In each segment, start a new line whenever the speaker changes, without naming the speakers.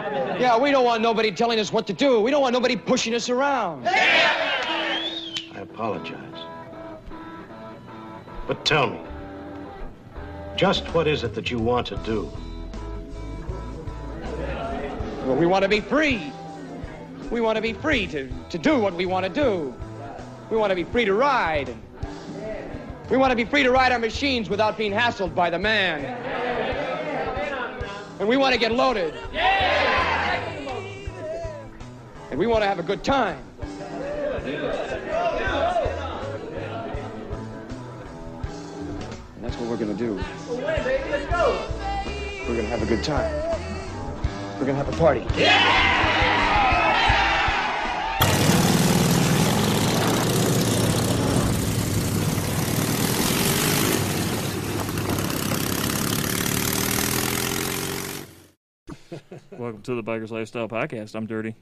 Yeah, we don't want nobody telling us what to do. We don't want nobody pushing us around.
I apologize. But tell me, just what is it that you want to do?
Well, we want to be free. We want to be free to, to do what we want to do. We want to be free to ride. We want to be free to ride our machines without being hassled by the man. And we want to get loaded. And we want to have a good time. And that's what we're going to do. We're going to have a good time. We're going to have a party.
Welcome to the Biker's Lifestyle Podcast. I'm Dirty,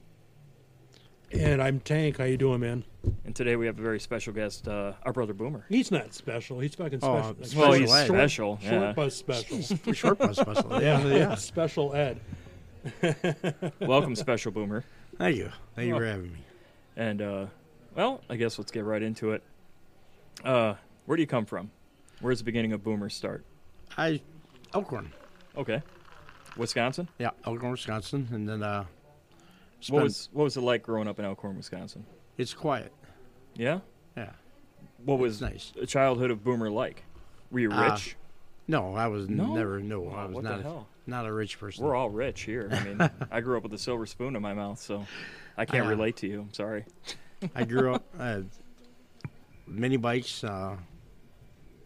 And I'm Tank. How you doing, man?
and today we have a very special guest, uh, our brother Boomer.
He's not special. He's fucking
Oh,
special.
it's
Well,
Special
he's
ed.
special.
Short
yeah.
bus special.
Short bus special. Yeah,
yeah.
yeah.
special Ed.
Welcome, special Boomer.
Thank you. Thank you for having me.
And uh, well, I guess let's get right into it. Uh, where do you come from? Where's the beginning of Boomer's start?
I Elkhorn.
Okay, Wisconsin.
Yeah, Elkhorn, Wisconsin, and then uh,
What
spent-
was what was it like growing up in Elkhorn, Wisconsin?
it's quiet.
Yeah.
Yeah.
What was
nice.
the childhood of Boomer like? Were you
Uh,
rich?
No, I was
No?
never. No, I
Wow,
was
what the
not.
hell?
A, not a rich person.
We're all rich here. I mean, I grew up with a silver spoon in my mouth, so I can't
Uh,
relate to you. I'm sorry.
I grew up. I had mini bikes, uh,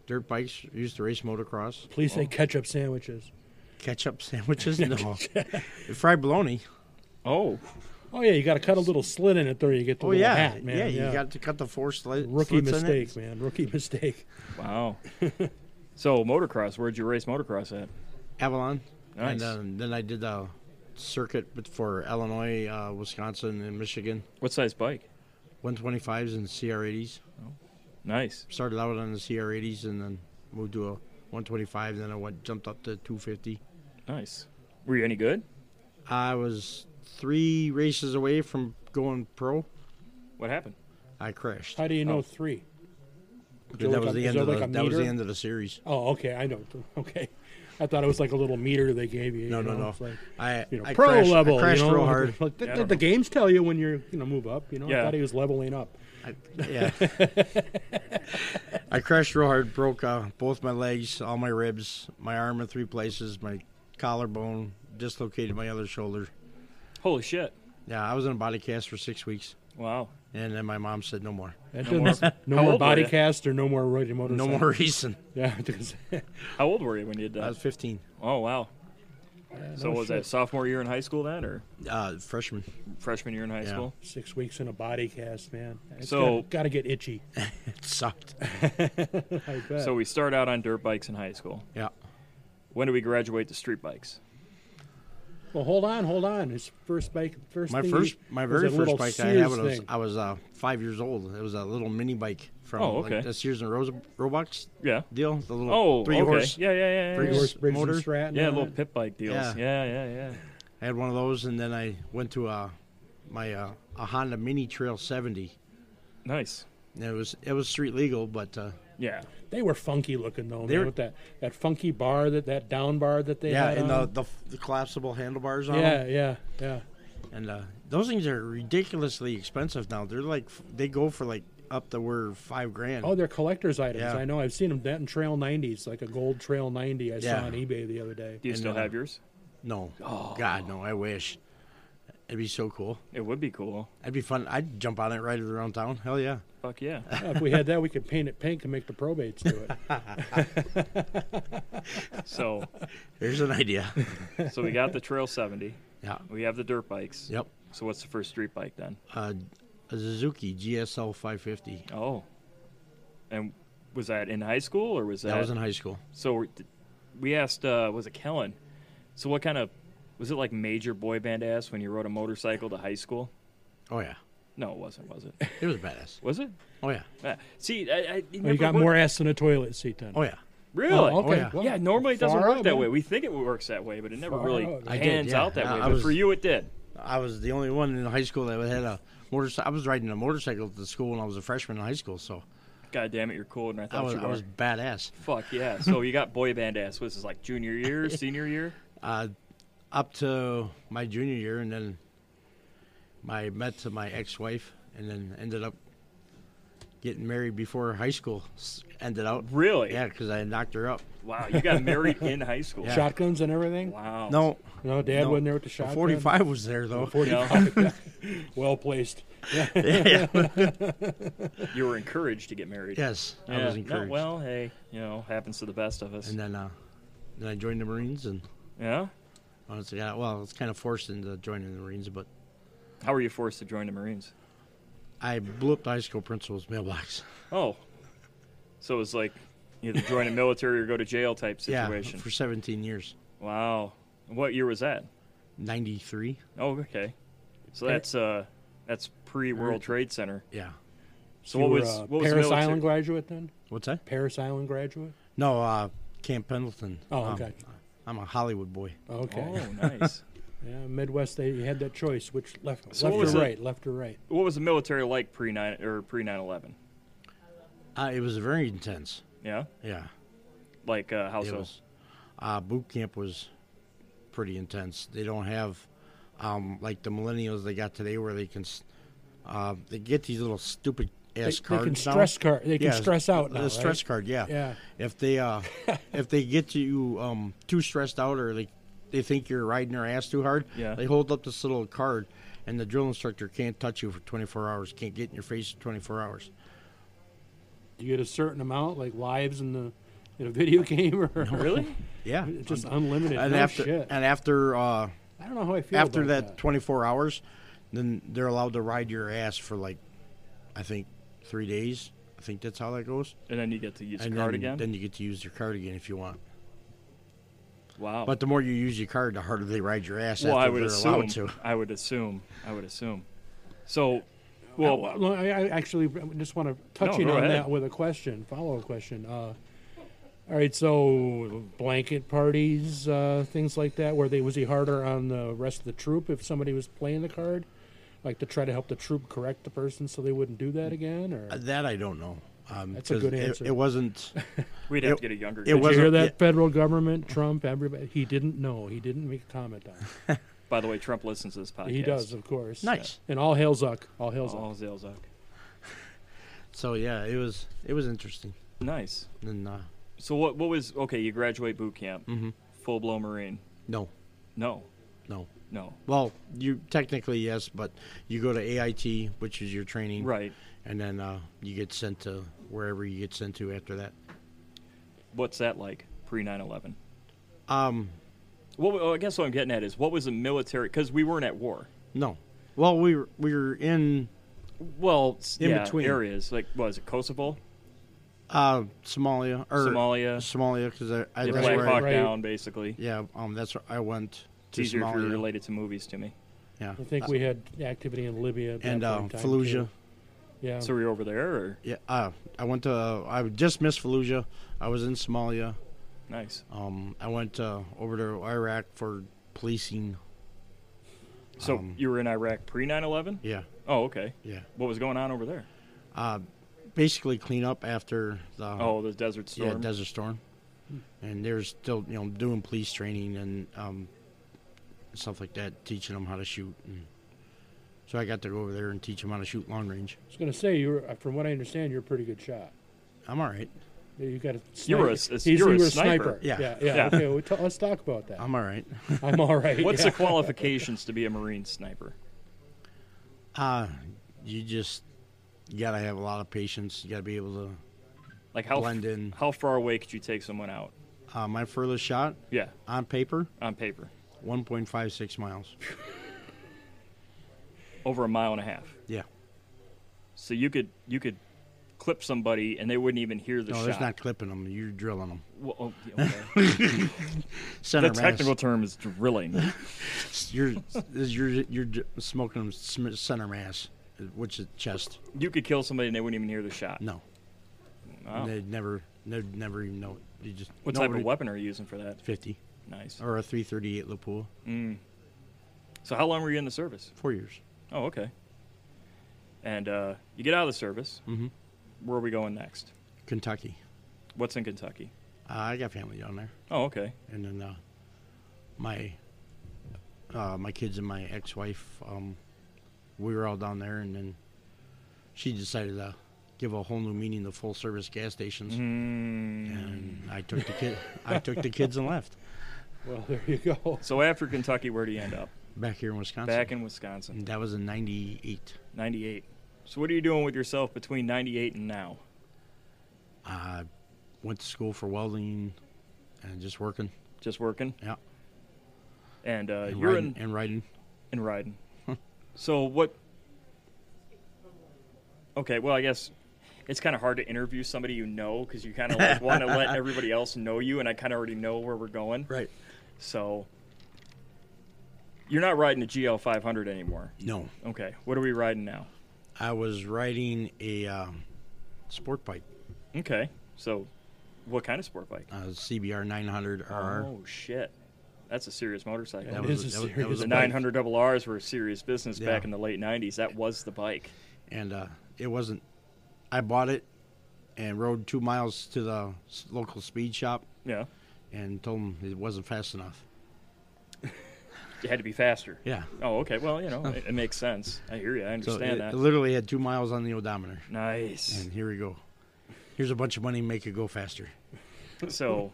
dirt bikes. Used to race motocross.
Please say ketchup sandwiches.
Ketchup sandwiches. No, fried bologna.
Oh,
Oh yeah, you got to cut a little slit in it there. You get the
Oh
little
yeah,
hat, man.
yeah. You got to cut the four sli-
rookie
slits in it.
mistake, man. Rookie mistake.
wow. so motocross. Where'd you race motocross at?
Avalon.
Nice.
And then, then I did a circuit but for Illinois, uh, Wisconsin, and Michigan.
What size bike?
125s and CR80s.
Nice.
Started out on the CR80s and then moved to a 125. Then I went jumped up to 250.
Nice. Were you any good?
I was three races away from going pro.
What happened?
I crashed.
How do you know
Oh.
three?
That
like
was
a-
the
is
end
there
of the,
like a
that was the
meter?
end of the series.
Oh, okay. I know. Okay, I thought it was like a little meter they gave you.
No,
you
no,
know,
no.
it's Like,
I,
you know,
I
pro
crashed, I
level.
crashed
you know,
real hard.
Like, the,
Yeah, I
the,
don't know.
games tell you when you're you know move up. You know,
Yeah.
I thought he was leveling up.
I, yeah. I crashed real hard, broke uh, both my legs, all my ribs, my arm in three places, my collarbone, dislocated my other shoulder.
Holy shit.
Yeah, I was in a body cast for six weeks,
Wow.
and then my mom said no more,
That
No
doesn't-
more-
no
How
more
old were
body
you?
cast or no more riding motorcycle.
no more reason.
Yeah, because
How old were you when you did
I
that?
was 15,
Oh, wow. so
no
was that
shit.
sophomore year in high school then, or
uh, freshman.
freshman year in high
Yeah.
school?
six weeks in a body cast, man. It's
So-
got to get itchy.
It sucked.
I bet.
So we start out on dirt bikes in high school.
Yeah,
When do we graduate to street bikes?
well, hold on, hold on. His first bike, first.
my
thing
first,
he-
my
was
very
a little
first bike I
Sears
had when I was,
thing.
I was uh, five years old. It was a little mini bike from
Oh, okay.
like the Sears and Rose, Roebuck's
Yeah.
deal, the little
Oh,
three
okay.
horse.
Yeah, yeah, yeah.
Three
Yeah,
Briggs-
horse-
Briggs and
motor.
Stratton
yeah
on
little
it.
pit bike deals. Yeah,
Yeah.
yeah, yeah.
I had one of those, and then I went to uh, my uh, a Honda Mini Trail 70.
Nice.
And it was it was street legal, but uh,
Yeah.
They were funky looking though,
They
man.
were-
With that, that funky bar that that down bar that they
yeah,
had
and the,
on.
the the collapsible handlebars on
yeah,
them,
yeah, yeah.
and uh, those things are ridiculously expensive now. They're like f- they go for like up to where five grand.
Oh, they're collector's items.
Yeah.
I know. I've seen them. That in Trail 90s, like a gold Trail 90 I
Yeah.
saw on eBay the other day.
Do you
And,
still
uh,
have yours?
no, God, no! I wish it'd be so cool.
It would be cool.
That'd be fun. I'd jump on it right around town. Hell yeah!
Fuck yeah.
Yeah, if we had that, we could paint it pink and make the probates do it.
so,
There's an idea.
so we got the Trail 70.
yeah.
We have the dirt bikes.
Yep.
So what's the first street bike then?
Uh, a Suzuki GSL 550.
Oh. And was that in high school or was that?
That was in high school.
so we're- d- we asked, uh, was it Kellen? So what kind of, was it like major boy band ass when you rode a motorcycle to high school?
Oh yeah,
No, it wasn't, was it?
it was badass.
Was it?
Oh yeah.
Ah, see, I, I
Oh, you got more ass than a toilet seat then.
Oh yeah.
Really?
Oh, okay.
yeah.
well,
Yeah, normally it doesn't
far
work
out,
that
man.
way. We think it works that way, but it never
Far
really
out.
I did,
pans
yeah.
out that
Yeah,
way.
I
But
was-
for you, it did.
I was the only one in high school that had a motorcycle. I was riding a motorcycle to school when I was a freshman in high school, so
God damn it, you're cool, and I
I
thought
was
you
I
were.
was badass.
Fuck yeah! So you got boy band ass. Was this like junior year, senior year?
Uh, up to my junior year, and then I met to my ex-wife, and then ended up getting married before high school s- ended out.
Really?
Yeah, because I knocked her up.
Wow, you got married in high school.
Yeah.
Shotguns and everything.
Wow.
No,
No, Dad
no,
wasn't there with the
a
shotgun.
Forty-five was there though.
No,
Well placed.
you were encouraged to get married.
Yes, I
Yeah,
was
no,
encouraged.
well, hey, you know, happens to the best of us.
And then, uh, then I joined the Marines, and
yeah.
honestly, I, well, it's kind of forced into joining the Marines, but
How were you forced to join the Marines?
I blew up the high school principal's mailbox.
Oh, so it was like either join the military or go to jail type situation.
Yeah, for 17 years,
wow. What year was that?
93.
Oh, okay. So that's uh, that's pre World Trade Center.
Yeah.
So
You
what
were
was
a
uh,
what was
Paris
military-
Island graduate then?
What's that?
Paris Island graduate.
No, uh, Camp Pendleton.
Oh,
Um,
okay.
I'm a Hollywood boy.
Okay.
Oh, nice.
Yeah, Midwest. They had that choice, which left,
So what
left
was
or
it-
right, left or right.
what was the military like pre nine or pre nine eleven?
Uh, it was very intense.
Yeah,
Yeah.
like uh, how
It
so?
was. Uh, boot camp was pretty intense. They don't have um, like the millennials they got today, where they can s- uh, they get these little stupid
They,
ass
they
cards.
can
now.
stress card. They can
Yeah,
stress out.
The
now,
stress
right?
card, yeah.
Yeah.
If they uh, if they get you um, too stressed out or they they think you're riding their ass too hard,
Yeah.
they hold up this little card, and the drill instructor can't touch you for 24 hours, can't get in your face for 24 hours.
You get a certain amount, like lives in the in a video game, or
Really?
Yeah.
just unlimited.
and
no
after
shit.
and after uh,
I don't know how I feel
after
about
that, 24 hours, then they're allowed to ride your ass for like, I think, three days. I think that's how that goes.
And then you get to use the
and
card
then,
again.
then you get to use your card again if you want.
wow.
But the more you use your card, the harder they ride your ass.
well,
after
I would
they're
assume.
allowed to.
I would assume. I would assume. So,
Well,
well,
uh,
well, I I actually just want to touch
No,
in
go
on
ahead.
that with a question, follow-up question. Uh, all right, so blanket parties, uh, things like that. Where they was he harder on the rest of the troop if somebody was playing the card, like to try to help the troop correct the person so they wouldn't do that again? Or
Uh, That I don't know. Um,
That's a
'cause
good
it-
answer.
It, wasn't.
we'd have
it-
to get a younger.
it
kid.
did you hear
wasn't-
that
yeah.
federal government, Trump, everybody? He didn't know. He didn't make a comment on. it.
By the way, Trump listens to this podcast.
He does, of course.
Nice.
And all hail Zuck. All hail Zuck.
Oh, Zalzok.
So yeah, it was. It was interesting.
Nice.
And uh,
So what? What was okay? You graduate boot camp,
Mm-hmm.
full blown Marine.
no,
No,
no.
no.
Well, you technically yes, but you go to AIT, which is your training,
Right.
And then uh, you get sent to wherever you get sent to after that.
What's that like pre 9/11?
Um,
Well, well, I guess what I'm getting at is what was the military? Because we weren't at war.
no. Well, we were, we were in
Well, s-
In
yeah,
between.
areas like was it Kosovo,
uh, Somalia or
Somalia,
Somalia, because I, I
the
that's
Black
where I-
Hawk
right.
Down, basically.
yeah, um, that's where I went
It's
to
easier if you're
Somalia.
related to movies to me.
Yeah,
I think we had activity in Libya at that
and uh,
point in time, too.
Fallujah.
Yeah.
Oh.
So we were over there, or
Yeah, uh, I went to. I just missed Fallujah. I was in Somalia.
nice.
Um, I went uh, over to Iraq for policing.
So you were in Iraq pre 9/11.
Um, Yeah,
Oh, okay.
yeah.
What was going on over there?
Basically, clean up after the
Oh, the Desert Storm.
Uh,
Hmm.
yeah Desert Storm, and they're still you know doing police training and um, stuff like that, teaching them how to shoot. And so I got to go over there and teach them how to shoot long range.
I was going to say, you were, uh, from what I understand, you're a pretty good shot.
I'm all right.
You got a
You
sniper.
were a s- a s- you were a sniper.
Yeah.
yeah, yeah.
Yeah.
Okay, well, t- let's talk about that.
I'm all right.
I'm all right.
What's
yeah.
the qualifications to be a Marine sniper?
Uh, you just you gotta have a lot of patience. You gotta be able to
Like how
Blend in.
how far away could you take someone out?
Uh, my furthest shot
Yeah,
on paper,
on paper,
1.56 miles.
over a mile and a half.
Yeah.
So you could you could clip somebody and they wouldn't even hear the
No,
shot.
there's not clipping them. You're drilling them.
Well, oh, yeah, okay.
Center
the technical
mass.
term is drilling.
You're, is you're you're j- smoking them sm- center mass, uh, which is chest.
you could kill somebody and they wouldn't even hear the shot.
No,
Wow.
they never No, never even know. it. You just
What type
nobody-
of weapon are you using for that?
Fifty
Nice.
or a three thirty eight Lapua.
So how long were you in the service?
Four years.
Oh, okay. And uh, you get out of the service. Mm-hmm. Where are we going next?
Kentucky.
What's in Kentucky?
Uh, I got family down there,
Oh, okay.
and then uh, my uh, my kids and my ex wife. Um, we were all down there, and then she decided to give a whole new meaning to full service gas stations.
Hmm.
And I took the kid. I took the kids and left
Well, there you go.
So after Kentucky, where do you end up?
back here in Wisconsin.
Back in Wisconsin,
And that was in '98.
98. So what are you doing with yourself between 98 and now?
I went to school for welding and just working.
Just working?
Yeah,
And, uh,
and
you're
riding,
in
and riding.
and riding. so what? Okay, well, I guess it's kind of hard to interview somebody you know because you kind of like, want to let everybody else know you, and I kind of already know where we're going.
Right.
So you're not riding a GL 500 anymore.
No,
Okay, what are we riding now?
I was riding a um, sport bike,
Okay, so what kind of sport bike?
a CBR 900 RR.
Oh shit, that's a serious motorcycle.
That
It
was,
is a
that was, that
serious
was
the
a
bike.
900 double R's were serious business back
Yeah.
in the late 90s. That was the bike.
and uh, it wasn't. I bought it and rode two miles to the s- local speed shop
Yeah,
and told them it wasn't fast enough.
it had to be faster.
Yeah,
Oh, okay. Well, you know, it, it makes sense. I hear you. I
so
understand
it,
that.
it literally had two miles on the odometer,
nice.
and here we go. Here's a bunch of money, make it go faster.
so,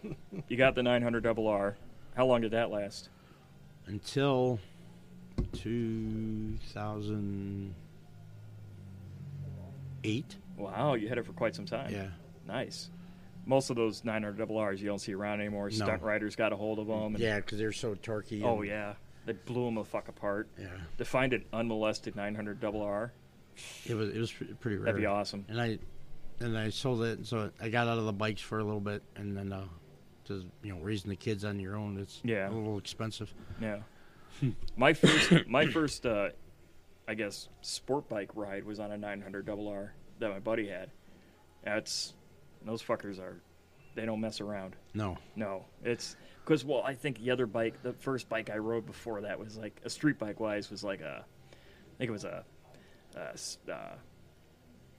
you got the 900 double R. How long did that last?
until 2008.
Wow, you had it for quite some time.
Yeah.
Nice. Most of those 900 double R's you don't see around anymore.
No.
Stunt riders got a hold of them.
Yeah, because they're so torquey.
Oh
and-
yeah, they blew them the fuck apart.
Yeah.
To find an unmolested 900 double R,
It was it was pre- pretty rare.
that'd be awesome.
And I and I sold it, so I got out of the bikes for a little bit, and then uh, just you know raising the kids on your own, it's
Yeah.
a little expensive.
Yeah. my first, my first, uh, I guess, sport bike ride was on a 900 double R that my buddy had. That's those fuckers are, they don't mess around.
No,
No, it's because well, I think the other bike, the first bike I rode before that was like a street bike wise was like a, I think it was a, a s- uh,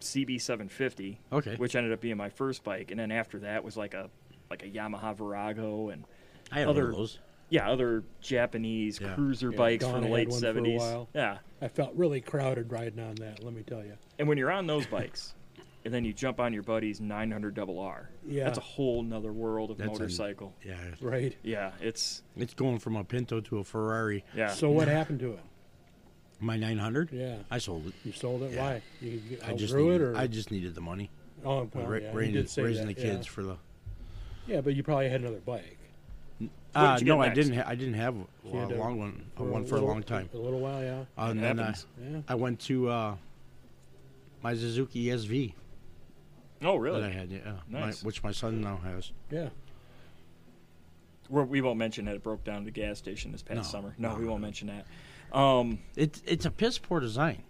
CB 750.
Okay.
Which ended up being my first bike, and then after that was like a, like a Yamaha Virago and
I have
other
one of those.
yeah, other Japanese
Yeah.
cruiser bikes
Don
from the
had
late
one for a
seventies.
while.
Yeah,
I felt really crowded riding on that. Let me tell you.
and when you're on those bikes, and then you jump on your buddy's 900 double R.
Yeah.
that's a whole nother world of
That's a-
motorcycle.
Yeah,
Right.
Yeah, it's
it's going from a Pinto to a Ferrari.
yeah.
So what happened to it?
My 900.
Yeah.
I sold it.
You sold it?
Yeah.
Why? You you
I just
outgrew
needed,
it, or
I just needed the money.
oh, well,
Ra-
yeah, you
raising
did say
raising
that,
the
yeah.
kids for the.
Yeah, but you probably had another bike.
Uh,
did you get
no, I
next?
didn't. Ha- I didn't have a,
You had
a
to-
long one. A one for a
little-
long time.
A little while, yeah.
Uh, and
It
then I,
happens.
Yeah.
I went to uh, my Suzuki SV
oh
that
really?
I had, yeah, my-
Nice.
which my son now has.
Yeah.
We're, we won't mention that it broke down at the gas station this past
No,
summer. No,
no,
we won't
no.
mention that. Um,
It's it's a piss poor design.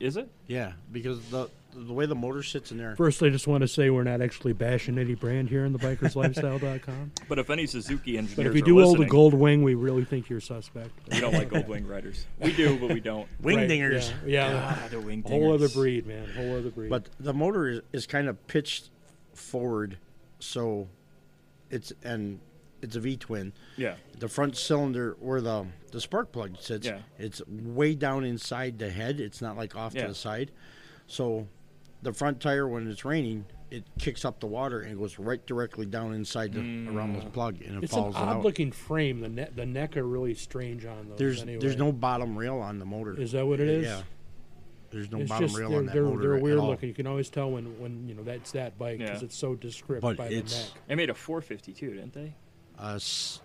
is it?
Yeah, because the the way the motor sits in there.
First, I just want to say we're not actually bashing any brand here on thebikerslifestyle.com.
But if any Suzuki engineers
But if you
are
do hold a
listening,
gold wing, we really think you're suspect.
we don't like gold wing riders. We do, but we don't.
Right,
Wingdingers.
Yeah. yeah.
Ah, the wing
Whole other
dingers.
breed, man. Whole other breed.
But the motor is, is kind of pitched forward, so it's and it's a V twin.
Yeah,
The front cylinder where the the spark plug sits,
Yeah.
it's way down inside the head. It's not like off
Yeah.
to the side. So the front tire when it's raining, it kicks up the water and goes right directly down inside the
Mm.
around the plug and it
it's an
falls
odd
out.
looking frame. The ne- the neck are really strange on those.
there's
anyway.
there's no bottom rail on the motor.
Is that what it is?
Yeah. There's no
It's
bottom
just
rail
they're,
on that
they're,
motor
they're
at
weird
all.
looking. You can always tell when, when you know that's that bike because
Yeah.
it's so descript
But
by the
it's-
neck.
they made a 450 too, didn't they?
Uh, s-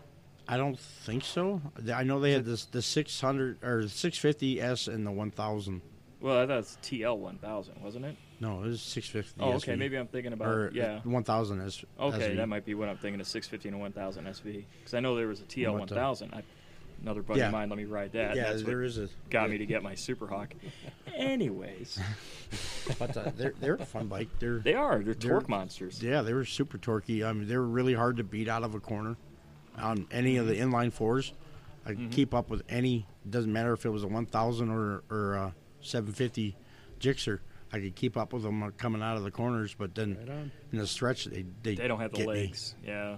I don't think so. Th- I know they had this the 600 or 650 S and the 1000.
Well, I thought it's TL 1000, wasn't it?
No, it was 650.
Oh,
SV.
okay. Maybe I'm thinking about
or
yeah.
1000 S.
Okay,
SV.
that might be what I'm thinking of 650 and 1000 SV because I know there was a TL
What the-
1000. I another buddy
Yeah.
of mine let me ride that. and
yeah,
that's what
there is a.
got me to get my Super Hawk. Anyways,
But uh, they're they're a fun bike. They're
they are they're
They're-
torque monsters.
yeah, they were super torquey. I mean, they were really hard to beat out of a corner on any of the
Mm-hmm.
inline fours. I could keep up with any. Doesn't matter if it was a one thousand or or a seven fifty Gixxer. I could keep up with them coming out of the corners, but then
Right on.
in the stretch, they they,
They don't have the
get me.
legs. Yeah,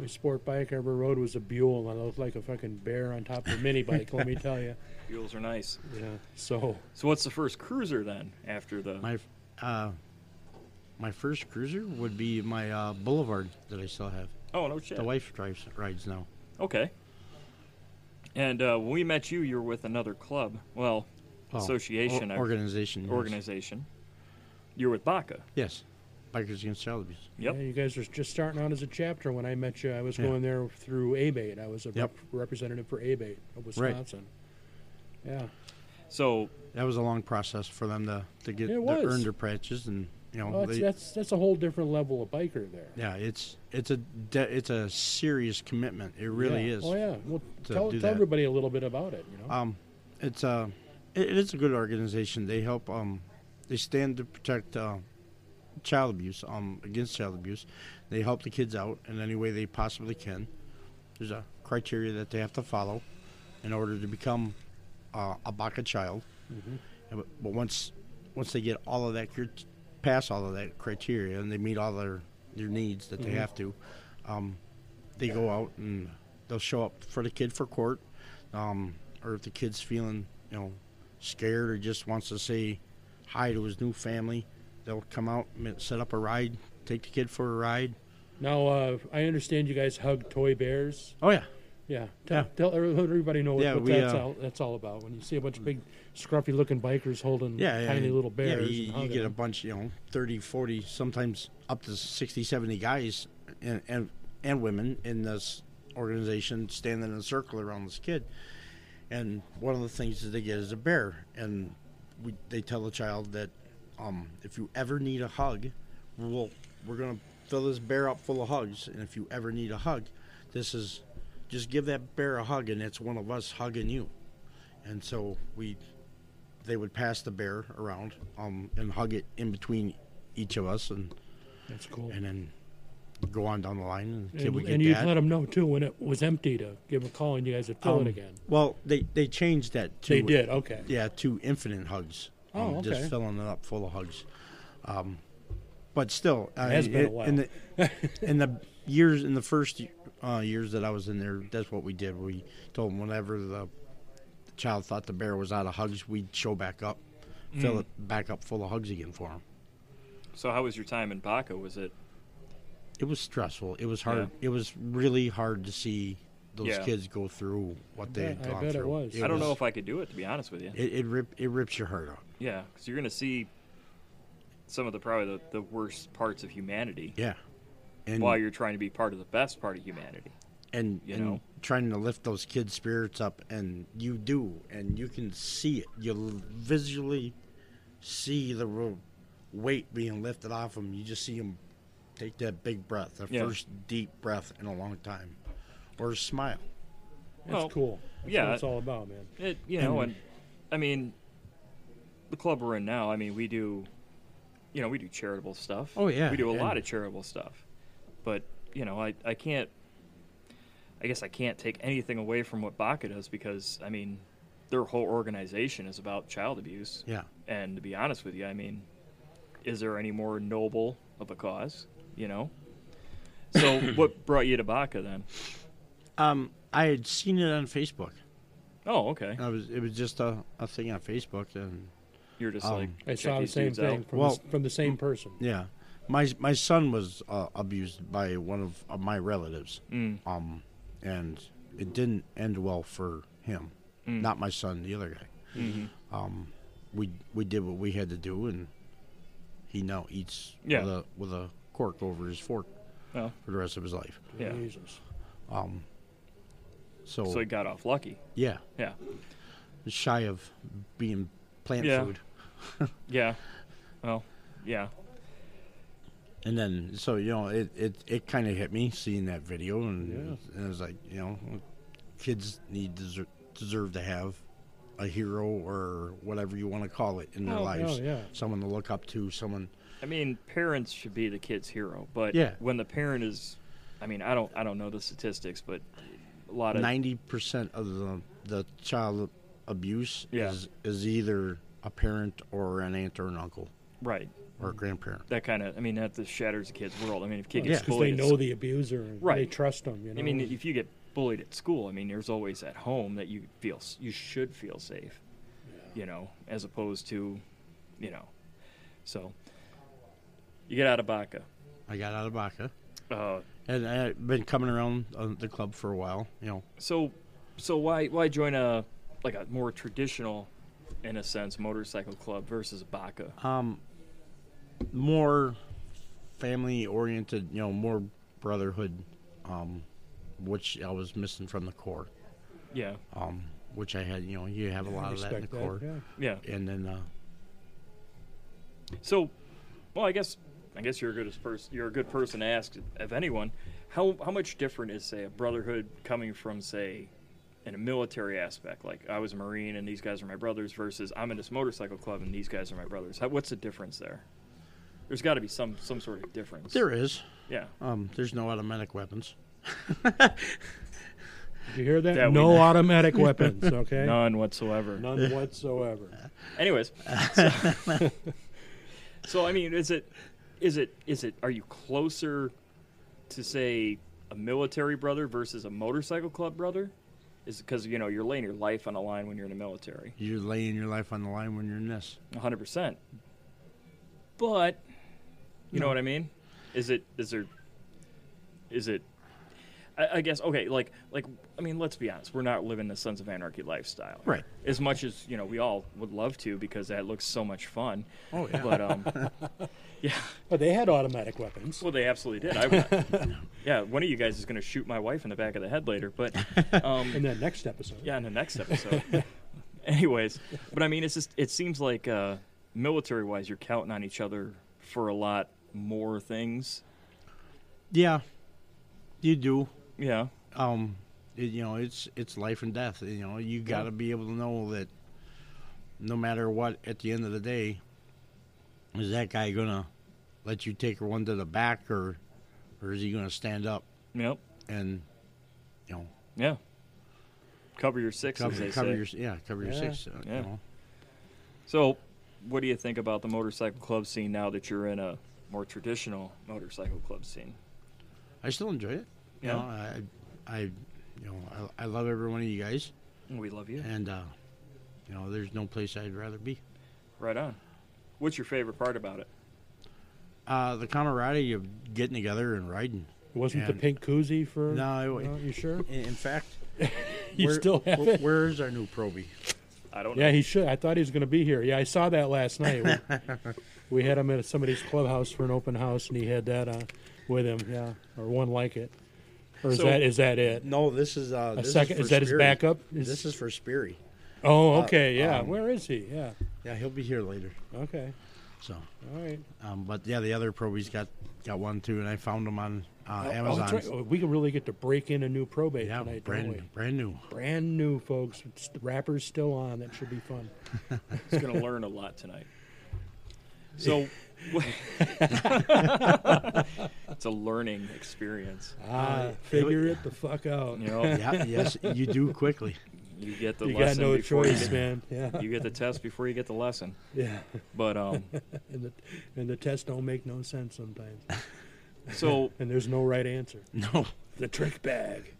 My sport bike I ever rode was a Buell, and I looked like a fucking bear on top of a mini bike. let me tell you.
Mules are nice.
Yeah. So
So what's the first cruiser then after the?
My uh, my first cruiser would be my uh, Boulevard that I still have.
oh no shit.
The wife drives rides now.
Okay. And uh, when we met you, you were with another club. Well,
Well,
association
Oh, or-
I-
organization yes.
organization. You were with Baca.
Yes, bikers against child abuse.
Yep.
yeah, you guys were just starting out as a chapter when I met you. I was
Yeah.
going there through Abate. I was a
Yep.
rep- representative for Abate of Wisconsin. Yeah.
So
That was a long process for them to to get
It
to
was.
earn their patches and you know
Well, Oh, that's,
they,
that's that's a whole different level of biker there.
yeah it's it's a de- it's a serious commitment. It really
Yeah.
is.
Oh yeah. Well,
to
tell,
do
tell
that.
everybody a little bit about it. You know.
Um, it's a it, it is a good organization. They help um they stand to protect uh, child abuse um against child abuse. They help the kids out in any way they possibly can. There's a criteria that they have to follow in order to become uh, a BACA child. And But, but once once they get all of that crit- pass all of that criteria and they meet all their their needs that they have to, um, they go out and they'll show up for the kid for court, um, or if the kid's feeling you know scared or just wants to say hi to his new family, they'll come out and set up a ride, take the kid for a ride.
now uh, I understand you guys hug toy bears.
Oh yeah,
Yeah. Tell,
Yeah.
tell every- let everybody know what,
Yeah,
what
we,
that's,
uh,
all, that's all about. When you see a bunch of big, scruffy looking bikers holding
yeah,
tiny
yeah,
little bears.
Yeah,
and
you, you
hugging
get a
them.
bunch, you know, 30, 40, sometimes up to 60, 70 guys and and, and women in this organization standing in a circle around this kid. And one of the things that they get is a bear, and we, they tell the child that um, if you ever need a hug, we'll we're gonna fill this bear up full of hugs, and if you ever need a hug, this is just give that bear a hug, and it's one of us hugging you. And so we they would pass the bear around um, and hug it in between each of us and,
That's cool.
and then go on down the line and, the kid
And,
would get
and you'd
that.
let them know too when it was empty to give a call and you guys would fill it
Um,
again.
Well, they, they changed that to
They did. Okay.
Yeah, to infinite hugs.
Oh,
um,
okay.
Just filling it up full of hugs. Um, but still, uh,
has been a
it- In the, in the years, in the first uh, years that I was in there, that's what we did. We told them whenever the child thought the bear was out of hugs, we'd show back up, fill
Mm.
it back up full of hugs again for him.
so how was your time in Baca? Was it?
It was stressful. It was hard. It was really hard to see those
Yeah.
kids go through what they
bet-
had
I
gone
bet it
through.
was.
I don't know if I could do it to be honest with you.
it, it rip it rips your heart out.
Yeah, because you're gonna see some of the probably the, the worst parts of humanity
Yeah, and
while you're trying to be part of the best part of humanity.
and
you
and
know.
trying to lift those kids' spirits up, and you do, and you can see it. You l- visually see the ro- weight being lifted off them. You just see them take that big breath, their
Yeah.
first deep breath in a long time, or a smile.
That's
Well,
cool. That's
yeah.
what it's all about, man.
It, you know, and I mean, the club we're in now. I mean, we do, you know, we do charitable stuff.
Oh, yeah,
we do a
and-
lot of charitable stuff. But you know, I I can't. I guess I can't take anything away from what Baca does because I mean, their whole organization is about child abuse.
Yeah.
And to be honest with you, I mean, is there any more noble of a cause? You know. So what brought you to Baca then?
Um, I had seen it on Facebook.
Oh, okay.
I was it was just a, a thing on Facebook, and
You're just
um,
like
I
check
saw the
these
same
dudes out.
thing from,
Well,
the, s- from the same person.
Yeah, my my son was uh, abused by one of, of my relatives,
Mm.
um, and it didn't end well for him.
Mm.
Not my son, the other guy.
Mm-hmm.
Um, we we did what we had to do, and he now eats
Yeah.
with a with a cork over his fork
Well,
for the rest of his life.
Oh, yeah.
Jesus.
So,
So he got off lucky.
yeah,
Yeah.
shy of being plant
Yeah.
food.
Yeah. Well, yeah.
And then, so you know, it it, it kind of hit me seeing that video, and, and I was like, you know, kids need deserve, deserve to have a hero or whatever you want to call it in their
Oh,
lives.
oh, yeah.
Someone to look up to. Someone.
I mean, parents should be the kid's hero, but
Yeah.
when the parent is, I mean, I don't, I don't know the statistics, but a lot of
Ninety percent of the the child abuse
Yeah.
is is either a parent or an aunt or an uncle
right
Mm-hmm.
or a grandparent.
that kind of. I mean, that just shatters a kid's world. I mean, if a kid
Yeah.
gets
because they
bullied, at
know the abuser. and They
Right.
trust them. You know.
I mean, if you get bullied at school, I mean, there's always at home that you feel s- you should feel safe, you know, as opposed to, you know, so you get out of Baca.
I got out of Baca.
Uh,
And I've been coming around uh, the club for a while, you know.
so, so why why join a like a more traditional, in a sense, motorcycle club versus Baca?
more family oriented, you know, more brotherhood, um, which I was missing from the core,
Yeah,
um, which I had, you know, you have a lot of that in the
respect that.
core.
Yeah.
yeah.
And then, uh,
So, well, I guess I guess you're a good person. You're a good person to ask of anyone. How how much different is say a brotherhood coming from say in a military aspect, like I was a Marine and these guys are my brothers, versus I'm in this motorcycle club and these guys are my brothers. How, what's the difference there? There's got to be some some sort of difference.
there is,
Yeah.
um, there's no automatic weapons.
Did you hear that?
That we-
no automatic weapons. Okay.
None whatsoever.
None whatsoever.
Anyways, so, so, I mean, is it, is it, is it? Are you closer to say a military brother versus a motorcycle club brother? Is because you know you're laying your life on the line when you're in the military,
You're laying your life on the line when you're in this.
100. percent But you know what I mean? Is it? Is there? Is it? I, I guess okay. Like like I mean, let's be honest. We're not living the Sons of Anarchy lifestyle,
Right.
As much as you know, we all would love to because that looks so much fun.
Oh, yeah.
But um, yeah.
But they had automatic weapons.
Well, they absolutely did. I would- yeah, one of you guys is going to shoot my wife in the back of the head later, but um,
in the next episode.
yeah, in the next episode. Anyways, but I mean, it's just it seems like uh, military-wise, you're counting on each other for a lot more things.
Yeah, you do.
Yeah,
Um, it, you know, it's it's life and death. You know, you got to be able to know that no matter what, at the end of the day, is that guy gonna let you take one to the back, or or is he gonna stand up
yep,
and you know
yeah. Cover your sixes,
cover,
they
cover
say.
your yeah cover your
Yeah.
six? Uh,
Yeah.
You know,
So, what do you think about the motorcycle club scene now that you're in a more traditional motorcycle club scene?
I still enjoy it. You
Yeah.
know, I I you know I, I love every one of you guys,
We love you.
and uh, you know, there's no place I'd rather be.
Right on. What's your favorite part about it?
Uh, the camaraderie of getting together and riding.
It wasn't the
And-
pink koozie for.
No, I wa-
you sure?
In, in fact.
You
Where-
still have
wh-
it?
Where is our new Proby?
I don't know.
Yeah, he should. I thought he was going to be here. Yeah, I saw that last night. We, we had him at somebody's clubhouse for an open house, and he had that uh, with him. Yeah, or one like it. Or is
So-
that is that it?
No, this is uh,
A second. Is, that his backup? Is-
This is for Speary.
Oh, okay. Yeah.
um,
Where is he? Yeah.
Yeah, he'll be here later.
Okay.
So,
All right.
um, but yeah, the other Proby's got got one too, and I found them on uh,
Oh,
Amazon.
that's right. We can really get to break in a new probate
Yeah,
tonight,
brand
don't we?
brand new.
Brand new, folks. It's the rappers still on. That should be fun.
He's going to learn a lot tonight. So, wh- it's a learning experience.
Ah, figure it the fuck out.
You know,
Yeah, yes, you do quickly.
you get the
You got
lesson
no
before
choice,
you get,
man. Yeah.
You get the test before you get the lesson.
Yeah,
But um,
and the and the tests don't make no sense sometimes,
so
and there's no right answer.
No,
The trick bag.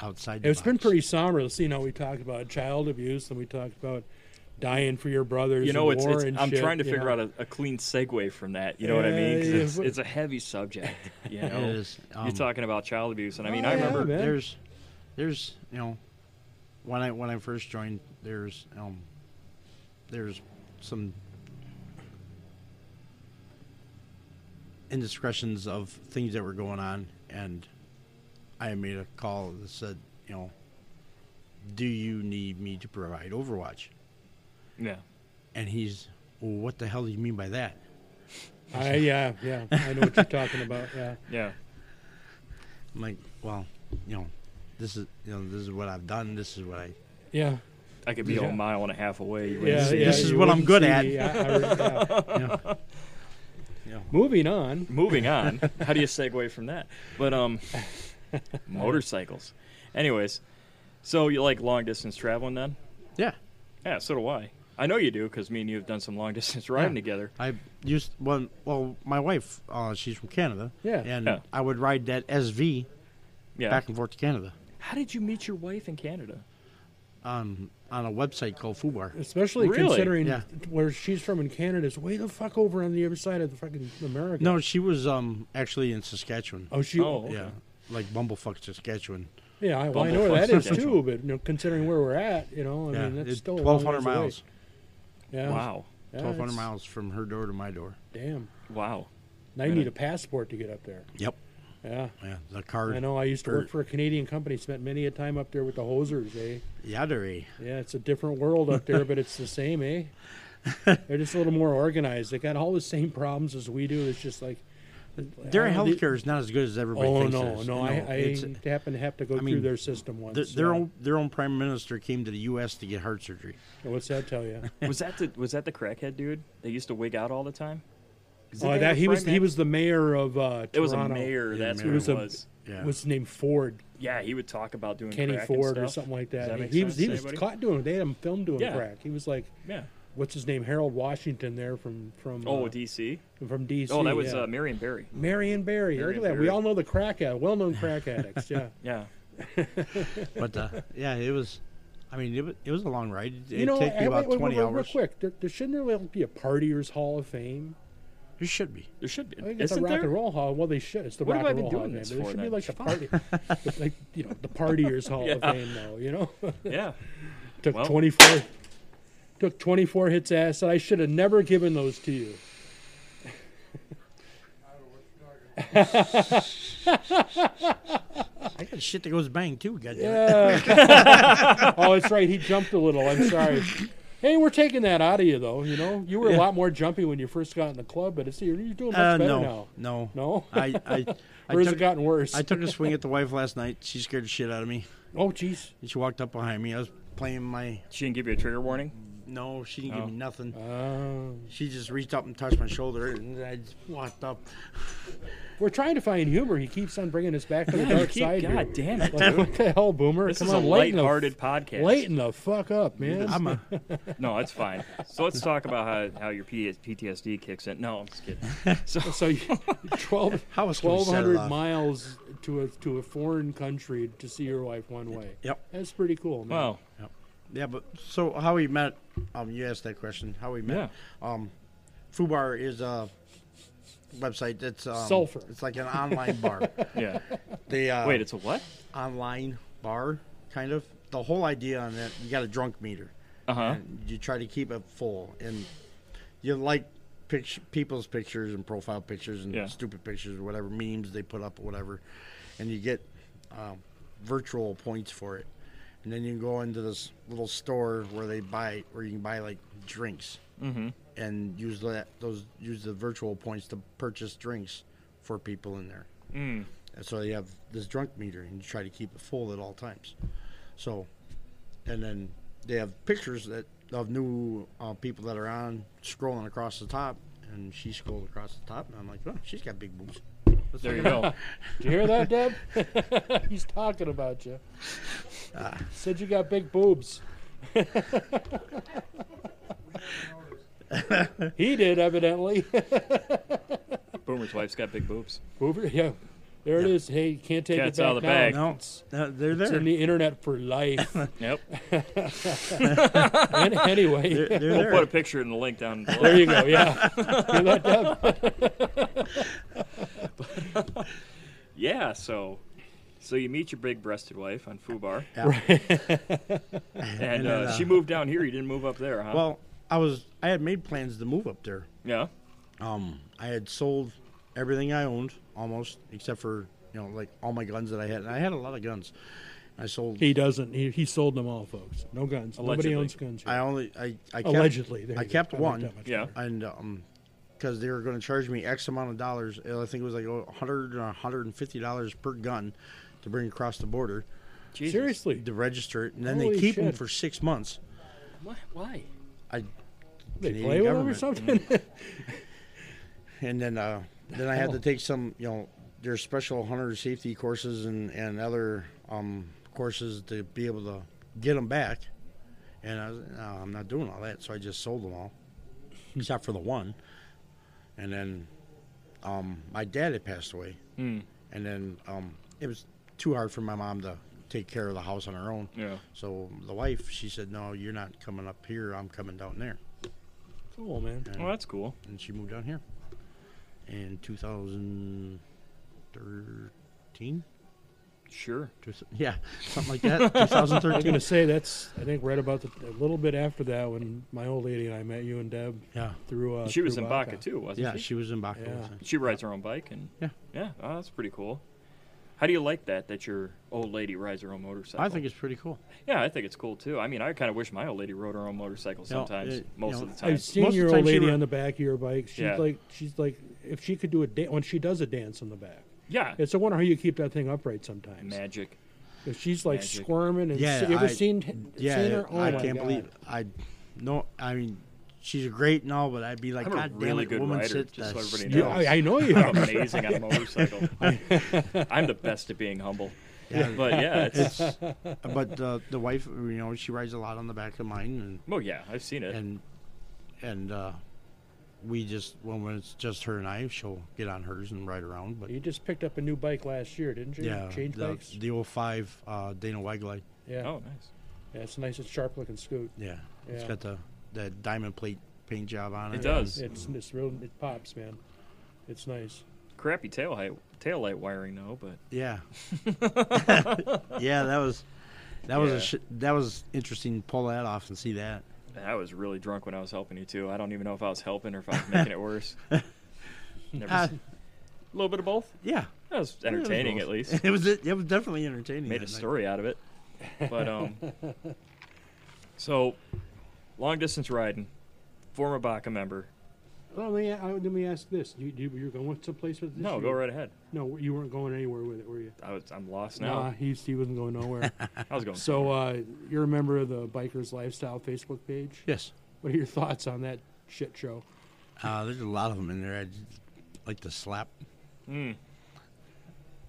outside. the
It's been
box.
pretty somber. Let's see now we talked about child abuse, and we talked about dying for your brothers.
you know,
and
it's,
war
it's
and
I'm
shit,
trying to
you
figure
know.
out a, a clean segue from that. You know what I mean? 'Cause
Yeah,
it's,
yeah.
it's a heavy subject. You know,
is, um,
you're talking about child abuse, and I mean,
Oh,
I
yeah,
remember
man.
There's, there's you know, when I when I first joined, there's um, there's some indiscretions of things that were going on, and I made a call that said, you know, do you need me to provide Overwatch?
yeah,
And he's, well, what the hell do you mean by that?
I, yeah, yeah, I know what you're talking about. Yeah,
yeah.
I'm like, well, you know, this is you know this is what I've done. This is what I
Yeah.
I could be
Yeah.
a mile and a half away. You wouldn't
Yeah,
see
yeah,
it.
This is
you
what I'm
wouldn't
good
see-
at.
yeah, I re- yeah.
yeah.
Moving on.
Moving on. how do you segue from that? But um, motorcycles. Anyways, so you like long distance traveling then?
yeah.
Yeah, so do I. I know you do because me and you have done some long distance riding
Yeah.
together.
I used well. Well, my wife, uh, she's from Canada.
Yeah.
and
Yeah.
I would ride that SV
Yeah.
back and forth to Canada
How did you meet your wife in Canada?
on on a website called Fubar.
Especially
Really?
considering
Yeah.
where she's from in Canada is way the fuck over on the other side of the fucking America.
No, she was um actually in Saskatchewan.
Oh, she.
Oh, okay.
yeah, like Bumblefuck, Saskatchewan.
Yeah, I, well, I
Bumblefuck
know where that is too,
Saskatchewan.
but you know, considering where we're at, you know, I
yeah,
mean, that's
it's
still a
twelve
long ways
hundred
away.
miles.
Yeah,
Wow.
yeah,
twelve hundred
it's-
miles from her door to my door.
Damn.
Wow.
Now you need a passport to get up there.
Yep.
Yeah.
Yeah, the car.
I know. I used to work
for-
for a Canadian company. Spent many a time up there with the hosers, eh?
Yadere.
Yeah, it's a different world up there, but it's the same, eh? They're just a little more organized. They got all the same problems as we do. It's just like
Their
I don't know,
healthcare is not as good as everybody
Oh
thinks.
no,
it is.
no! I, I
it's-
happen to have to go through
mean,
their system once.
their, their
uh,
own their own prime minister came to the U.S. to get heart surgery.
What's that tell you?
was that the was that the crackhead dude that used to wig out all the time? Is
Oh,
guy
that
a
he was
prime
he
man?
was the mayor of uh, Toronto.
It was a mayor.
Yeah,
That's
mayor.
who
It
it
was
a-
was.
Yeah.
What's his name? Ford.
Yeah, he would talk about doing
Kenny
crack and
Ford or
stuff.
something like
Does
that.
make
he was
sense
he
to
was
anybody?
caught doing. it. They had him filmed doing
Yeah.
crack. He was like,
Yeah.
what's his name? Harold Washington there from from
Oh,
uh,
DC.
from DC.
Oh, that was
yeah.
uh, Marion Barry.
Marion Barry. Look at
Marion
that. We
Barry.
all know the crack addict, well-known crack addicts. Yeah.
Yeah.
But uh, yeah, it was. I mean, it was, it was a long ride. It
you know,
took
hey,
me about
wait, wait,
twenty
wait,
hours.
Real quick, there, there shouldn't there like be a partiers Hall of Fame?
It should be.
There should be.
I think it's
Isn't
a rock
there?
and roll hall. Well, they should. It's the
What have
rock
I
and
been
roll hall.
doing
of
this
Fame,
for
but
then?
There should be like the party, the- like you know, the partiers hall of
Yeah.
fame, though. You know,
Yeah.
took
Well.
twenty four, took twenty four hits ass. I should have never given those to you.
I got shit that goes bang too. Goddamn. it.
Yeah. oh, it's right. He jumped a little. I'm sorry. Hey, we're taking that out of you, though. You know, you were a lot more jumpy when you first got in the club, but it's you're, you're doing much
Uh,
better
no,
now.
no,
No?
I, I, I
Or has
took,
it gotten worse?
I took a swing at the wife last night. She scared the shit out of me.
oh, jeez.
She walked up behind me. I was playing my.
She didn't give you a trigger warning.
No, she didn't
Oh.
give me nothing.
Uh,
She just reached up and touched my shoulder, and I just walked up.
we're trying to find humor. He keeps on bringing us back to the dark side. here.
God damn it!
Like,
dude.
what the hell, Boomer?
This
Come
is a
on, lighten the,
lighthearted podcast.
lighten the fuck up, man.
I'm a,
No, it's fine. So let's talk about how, how your PS PTSD kicks in. No, I'm just kidding. So
so you- 12
How else can we set it
1,200
off?
miles to a to a foreign country to see your wife one way.
Yep.
That's pretty cool, man.
wow.
yeah, but so how we met? Um, you asked that question. How we met? Um, Fubar is a website that's um,
Sulfur.
It's like an online bar.
Yeah.
they uh,
Wait, it's a what?
online bar, kind of. The whole idea on that, you got a drunk meter.
Uh huh.
and you try to keep it full and you like picture, people's pictures and profile pictures and
Yeah.
stupid pictures or whatever memes they put up or whatever and you get um, virtual points for it and then you go into this little store where they buy where you can buy like drinks and use that those use the virtual points to purchase drinks for people in there and so you have this drunk meter and you try to keep it full at all times so and then they have pictures that of new uh, people that are on scrolling across the top, and she scrolled across the top, and I'm like, oh, she's got big boobs. Let's
There you
look at
go.
Did you hear that, Deb? He's talking about you.
Ah.
Said you got big boobs. he did, evidently.
Boomer's wife's got big boobs.
Boomer, yeah. There it is. Hey, can't take
Cat's
it back
out of the
now.
it.
bag.
No, no, Uh, they're
It's
there.
in the internet for life.
Yep.
An- anyway,
they're,
there,
they're
We'll put a
there.
picture in the link down below.
you go. Yeah. Hear that, Deb?
Yeah. So, so you meet your big-breasted wife on Fubar,
Yeah.
and
then,
uh,
uh,
she moved down here. You didn't move up there, huh?
Well, I was I had made plans to move up there.
yeah.
Um, I had sold everything I owned almost, except for you know like all my guns that I had. And I had a lot of guns. I sold.
He doesn't. He, he sold them all, folks. No guns.
Allegedly.
Nobody owns guns. Here.
I only I I kept,
Allegedly. There
I
you go.
kept
like
one.
that much
Yeah.
better.
and um because they were going to charge me x amount of dollars uh, i think it was like 100 or 150 dollars per gun to bring across the border
Jesus.
Seriously,
to register it, and then
Holy
they keep them
shit.
for six months.
Why? Why?
I
they
Canadian
play with them or
government.
something.
and then uh, then I had to take some you know there's special hunter safety courses and and other um, courses to be able to get them back. And I was no, I'm not doing all that, so I just sold them all, except for the one. And then um, my dad had passed away, and then um, it was too hard for my mom to take care of the house on her own.
Yeah.
So the wife, she said, "No, you're not coming up here. I'm coming down there."
cool, man.
Well, that's cool.
and she moved down here in 2013
Sure.
Two- yeah something like that
I'm gonna
2013
say that's I think right about the, a little bit after that when my old lady and I met you and Deb
yeah
through. Uh,
she was
through
in Baca too, wasn't
yeah
she?
she was in Baco
Yeah.
so-
She rides her own bike and
Yeah.
yeah. Oh, that's pretty cool. How do you like that? That your old lady rides her own motorcycle.
I think it's pretty cool
yeah, I think it's cool too. I mean, I kind of wish my old lady rode her own motorcycle
You know,
sometimes,
it-
most
you know,
of the time.
I've seen
Most of
your
the
old
time she
lady
were-
on the back of your bike. She's
Yeah.
like, she's like, if she could do a dance when she does a dance on the back.
yeah,
It's a wonder how you keep that thing upright sometimes.
magic.
'Cause she's like
Magic.
squirming and
Yeah,
you ever
I-
seen
yeah
seen her? Oh
I
my
can't
God.
believe I no I mean she's great and all but I'd be like
I'm a
god damn
really
it
good
woman
rider,
sit
just so
the
everybody
still."
Yeah, I, I know you.
I'm amazing on a motorcycle. I'm the best at being humble.
Yeah.
But yeah, it's,
but the the wife you know she rides a lot on the back of mine and
well, yeah, I've seen it.
and and uh, we just when when it's just her and I, she'll get on hers and ride around. But
you just picked up a new bike last year, didn't you?
yeah,
Change
the,
bikes.
the 05 uh, Dana Wegley.
Yeah.
Oh, nice.
yeah, it's a nice and sharp looking scoot.
Yeah. it's
Yeah.
got the that diamond plate paint job on it.
It does.
It's it's real. It pops, man. It's nice.
Crappy tail height, tail light wiring though, but
Yeah, yeah, that was that was
Yeah.
a sh- that was interesting. to Pull that off and see that.
I was really drunk when I was helping you too. I don't even know if I was helping or if I was making it worse. Never.
Uh,
s- a little bit of both.
yeah,
That was entertaining
both.
at least.
it was it, was definitely entertaining.
Made a
that night.
story out of it. But um, so long distance riding, former Baca member.
Well, let me, I, let me ask this: you, you you're going someplace with this?
No,
You-
go right ahead.
No, you weren't going anywhere with it, were you?
I was, I'm lost
Nah,
now.
he's, he wasn't going nowhere.
I was going.
so uh, you're a member of the Bikers Lifestyle Facebook page.
Yes,
What are your thoughts on that shit show?
uh, there's a lot of them in there. I like to slap.
Mm.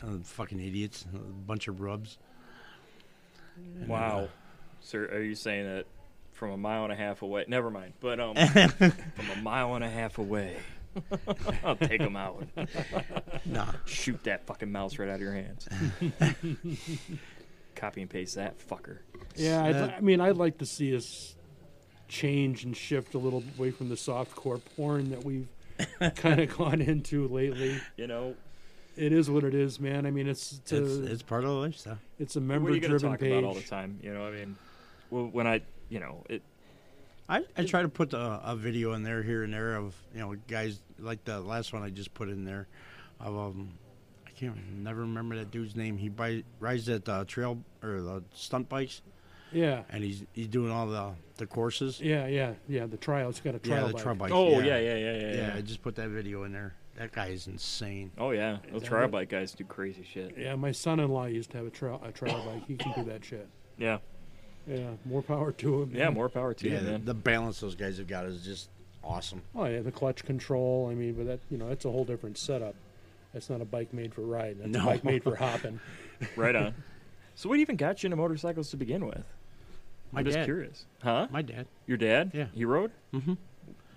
Uh, fucking idiots, a bunch of rubs.
Wow. Sir, are you saying that from a mile and a half away? Never mind. But um, from a mile and a half away, I'll take them out.
Nah.
Shoot that fucking mouse right out of your hands. Copy and paste that fucker.
Yeah, I'd,
Uh,
li- I mean, I'd like to see us change and shift a little away from the softcore porn that we've kind of gone into lately.
You know,
It is what it is, man. I mean, it's it's,
It's,
a,
it's part of the lifestyle.
it's a
what are you going to
member-driven
talk
page.
about all the time? You know, I mean, well, when I, you know, it.
I, I try to put a, a video in there here and there of you know guys like the last one I just put in there of um I can't never remember that dude's name. He buy, rides at the trail or the stunt bikes
Yeah,
and he's he's doing all the the courses.
yeah, yeah, yeah. The trial. It's got a
Yeah,
trial.
the
bike.
trail bike.
Oh yeah, yeah, yeah, yeah.
yeah.
yeah,
I just put that video in there. That guy is insane.
Oh yeah, those
that
trial
it?
bike guys do crazy shit.
Yeah, my son-in-law used to have a trial a trial bike. He can do that shit.
Yeah,
Yeah, more power to him.
yeah. More power to
Yeah,
you,
the,
man.
the balance those guys have got is just awesome.
Oh yeah, the clutch control. I mean, but that you know that's a whole different setup. That's not a bike made for riding. That's
No.
a bike made for hopping.
Right on. So what even got you into motorcycles to begin with?
My
I'm just
dad,
curious. Huh?
my dad.
Your dad?
Yeah.
He rode? Mm-hmm.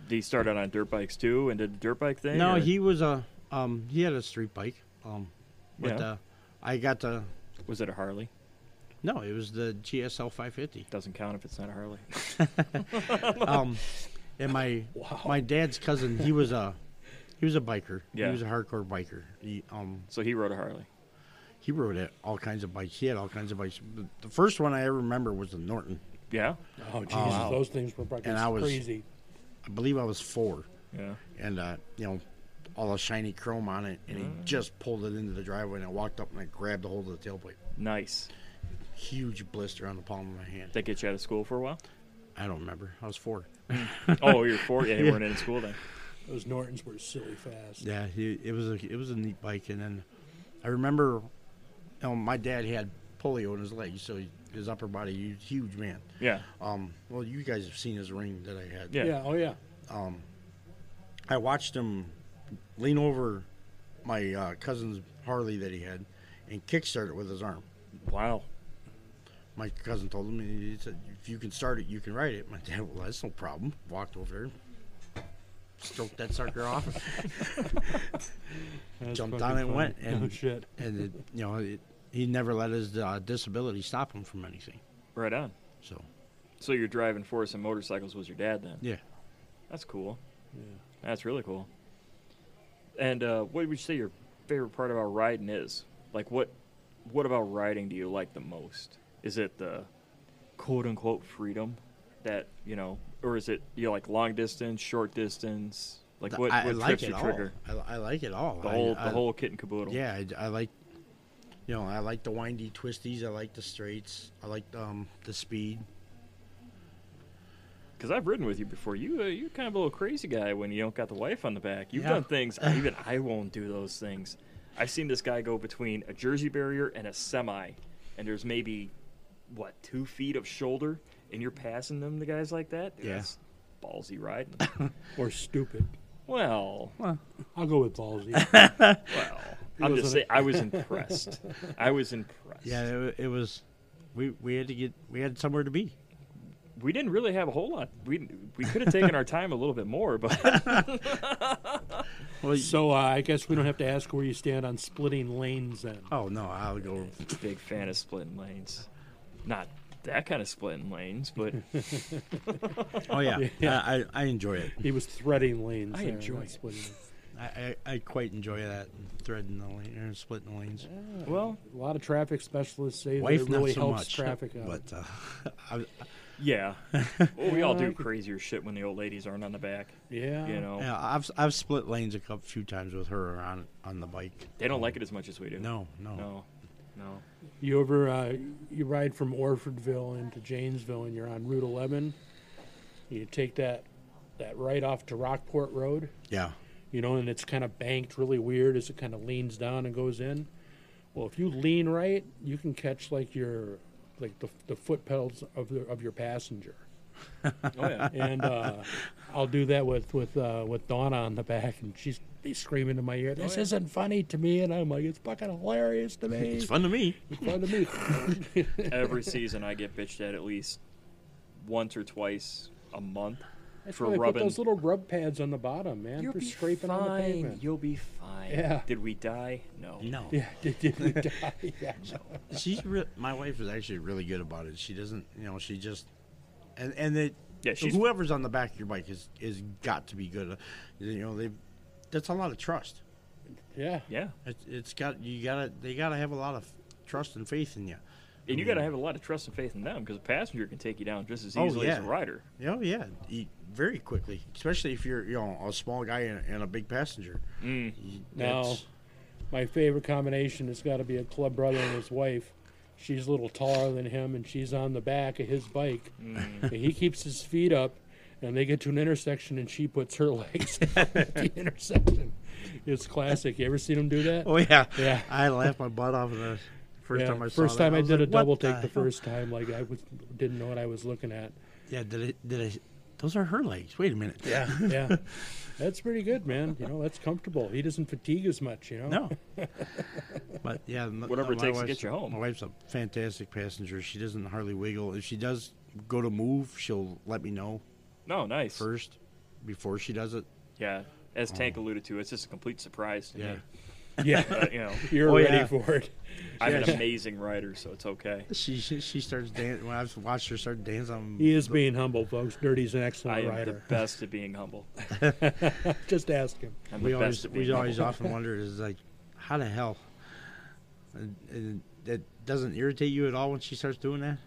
Did he start out on dirt bikes too and did the dirt bike thing?
No,
or-
he was a um he had a street bike um, but
Yeah.
uh, I got the
was it a Harley?
No, it was the GSL 550.
Doesn't count if it's not a Harley.
Um, and my my dad's cousin, he was a he was a biker.
Yeah.
He was a hardcore biker. He um
so he rode a Harley.
he rode at all kinds of bikes. He had all kinds of bikes. The- The first one I ever remember was the Norton.
Yeah.
Oh Jesus,
wow.
those things were fucking
And I was-
crazy.
I believe I was four,
Yeah.
and uh, you know, all the shiny chrome on it. And he just pulled it into the driveway, and I walked up and I grabbed a hold of the tailplate.
Nice.
Huge blister on the palm of my hand.
That get you out of school for a while?
I don't remember. I was four.
Oh, you're four. Yeah, you weren't in school then.
Those Nortons were silly fast.
Yeah, he, it was a it was a neat bike, and then I remember, you know, my dad had polio in his leg, so he- his upper body, he was a huge man.
Yeah.
Um, well, you guys have seen his ring that I had.
Yeah.
Yeah. Oh yeah.
I watched him lean over my uh, cousin's Harley that he had and kickstart it with his arm.
Wow.
My cousin told him, and he said, if you can start it, you can ride it. My dad, well, that's no problem. Walked over there, stroked that sucker off,
That's
Jumped
fucking
on it and
funny.
went,
oh
and-
shit.
and, it, you know, it, he never let his uh, disability stop him from anything.
Right on.
So,
So your driving force in motorcycles was your dad then?
yeah.
That's cool.
Yeah.
That's really cool. And uh, what would you say your favorite part about riding is? Like, what what about riding do you like the most? Is it the quote unquote freedom that you know, or is it you know, like long distance, short distance? Like what,
I, I
what
like
trips
it
you
all.
trigger?
I, I like it all.
The
I-
whole
I-
the whole kit and caboodle.
Yeah, I, I like, you know, I like the windy twisties. I like the straights. I like um, the speed.
Because I've ridden with you before. You uh, you're kind of a little crazy guy when you don't got the wife on the back. You've
Yeah.
done things even I won't do those things. I've seen this guy go between a jersey barrier and a semi, and there's maybe what two feet of shoulder, and you're passing them to guys like that. Dude,
Yeah.
that's ballsy riding.
Or stupid.
well,
I'll go with ballsy.
well, I'm just
wasn't
saying. I was impressed. I was impressed.
Yeah, it, wa- it was. We, we had to get we had somewhere to be.
we didn't really have a whole lot. We we could have taken our time a little bit more, but
Well,
so uh, I guess we don't have to ask where you stand on splitting lanes then.
oh no, I'll go.
big fan of splitting lanes. Not that kind of splitting lanes, but
Oh yeah, I, I, I enjoy it.
He was threading lanes.
I
there,
enjoy
not
it.
splitting lanes.
I, I, I quite enjoy that threading the lane or splitting the lanes.
well,
A lot of traffic specialists say that
Wife
it really
not so
helps
much,
traffic out.
but uh, I,
yeah. Well, we all
Yeah, I
do
could-
crazier shit when the old ladies aren't on the back.
yeah.
You know,
yeah, I've I've split lanes a couple few times with her on on the bike.
they don't like it as much as we do.
No, no,
no, no.
You ever uh, you ride from Orfordville into Janesville and you're on Route 11. You take that that right off to Rockport Road,
yeah,
you know, and it's kind of banked really weird as it kind of leans down and goes in. Well, if you lean right, you can catch like your like the, the foot pedals of the, of your passenger.
Oh yeah,
and uh, I'll do that with with uh, with Donna on the back, and she's be screaming in my ear,
Oh,
"This isn't funny to me," and I'm like, "It's fucking hilarious to me.
it's fun to me.
It's fun to me."
every season I get bitched at at least once or twice a month
That's
for
why they put
rubbing.
those little rub pads on the bottom, man,
You'll
for
be
scraping on the
fine.
pavement.
You'll be fine.
Yeah.
Did we die? No.
No,
yeah, did, did we die? Yeah.
she's re- my wife is actually really good about it. She doesn't, you know, she just and and it.
Yeah, she's-
whoever's on the back of your bike is is got to be good. uh, You know, they that's a lot of trust.
yeah,
Yeah.
It, it's got you gotta they gotta have a lot of trust and faith in you.
And you got to have a lot of trust and faith in them because a passenger can take you down just as
Oh,
easily as a
yeah.
rider.
Oh yeah, you, very quickly, especially if you're you know a small guy and, and a big passenger. Mm.
No. My favorite combination has got to be a club brother and his wife. She's a little taller than him, and she's on the back of his bike.
Mm.
And he keeps his feet up, and they get to an intersection, and she puts her legs at the intersection. It's classic. You ever seen him do that?
Oh yeah,
Yeah.
I laughed my butt off the first
Yeah,
time I saw
first
that.
time I,
was
did
like,
a
"What
double take the
hell?"
first time, like I was didn't know what I was looking at.
Yeah, did it? Did I? Those are her legs. Wait a minute. Yeah.
Yeah, that's pretty good, man. You know, that's comfortable. He doesn't fatigue as much. You know.
No. but yeah, m-
Whatever it
my
takes to
wife's-
get you home.
My wife's a fantastic passenger. She doesn't hardly wiggle. If she does go to move, she'll let me know
No, nice.
first before she does it.
Yeah. As Tank alluded to, it's just a complete surprise to
Um, Yeah.
me.
Yeah,
But, you know,
you're
Oh,
ready
yeah.
for it.
I'm an
Yeah.
amazing rider, so it's okay.
She she, she starts dancing. When I've watched her start dancing, I'm,
He is being humble, folks. Dirty's an
I
excellent
am the
rider.
best at being humble.
Just ask him.
I'm
we
the best
always
at being
we always
humble.
often wonder is like, how the hell? And, and that doesn't irritate you at all when she starts doing that.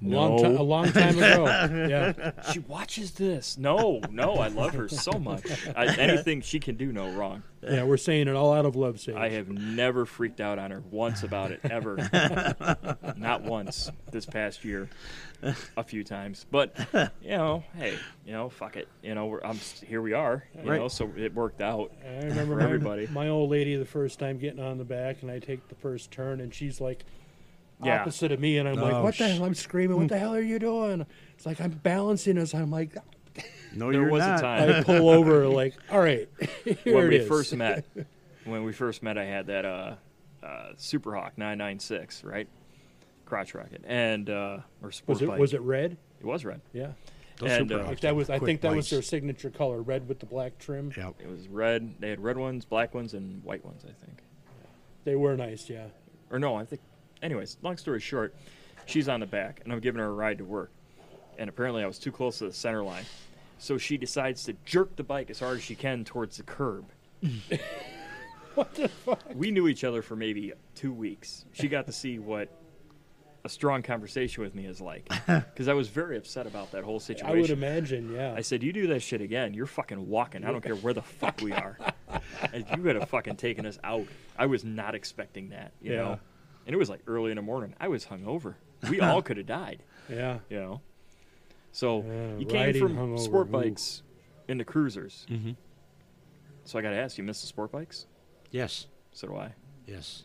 Long time, a long time ago. Yeah,
She watches this. No, no, I love her so much. I, anything she can do, no wrong.
Yeah, we're saying it all out of love, Sage.
I have never freaked out on her once about it ever. Not once this past year, a few times. But you know, hey, you know, fuck it. You know, we're, I'm s- here. We are. You
Right.
know, so it worked out.
I remember
for
my,
everybody.
my old lady the first time getting on the back, and I take the first turn, and she's like
Yeah.
opposite of me, and I'm like,
Oh,
"What the
sh-
hell?" I'm screaming, "What the hell are you doing?" It's like I'm balancing us. I'm like,
No,
There
you're
was
not.
a time
I pull over, like, "All right, here
when
it
we
is."
first met. When we first met, I had that uh, uh, Superhawk 996, right? Crotch rocket and uh, or sport
was it
bike.
was it red?
It was red.
Yeah,
Those
and,
Super
uh,
Hawks
like that
are
was. I
quick
think that was
bites.
their signature color, red with the black trim.
Yep.
It was red. They had red ones, black ones, and white ones, I think.
They were nice. Yeah,
Or no, I think. Anyways, long story short, she's on the back, and I'm giving her a ride to work. And apparently, I was too close to the center line, so she decides to jerk the bike as hard as she can towards the curb. what the fuck? We knew each other for maybe two weeks. She got to see what a strong conversation with me is like, because I was very upset about that whole situation.
I would imagine. Yeah,
I said, "You do that shit again, you're fucking walking. I don't care where the fuck we are. And you could have fucking taken us out. I was not expecting that, you
Yeah.
know. And it was like early in the morning. I was hungover. We all could have died,
yeah.
you know. So
Yeah,
you came
riding
from
hungover,
sport
ooh.
bikes into cruisers. Mm-hmm. So I got to ask, you miss the sport bikes?
Yes.
So do I.
Yes.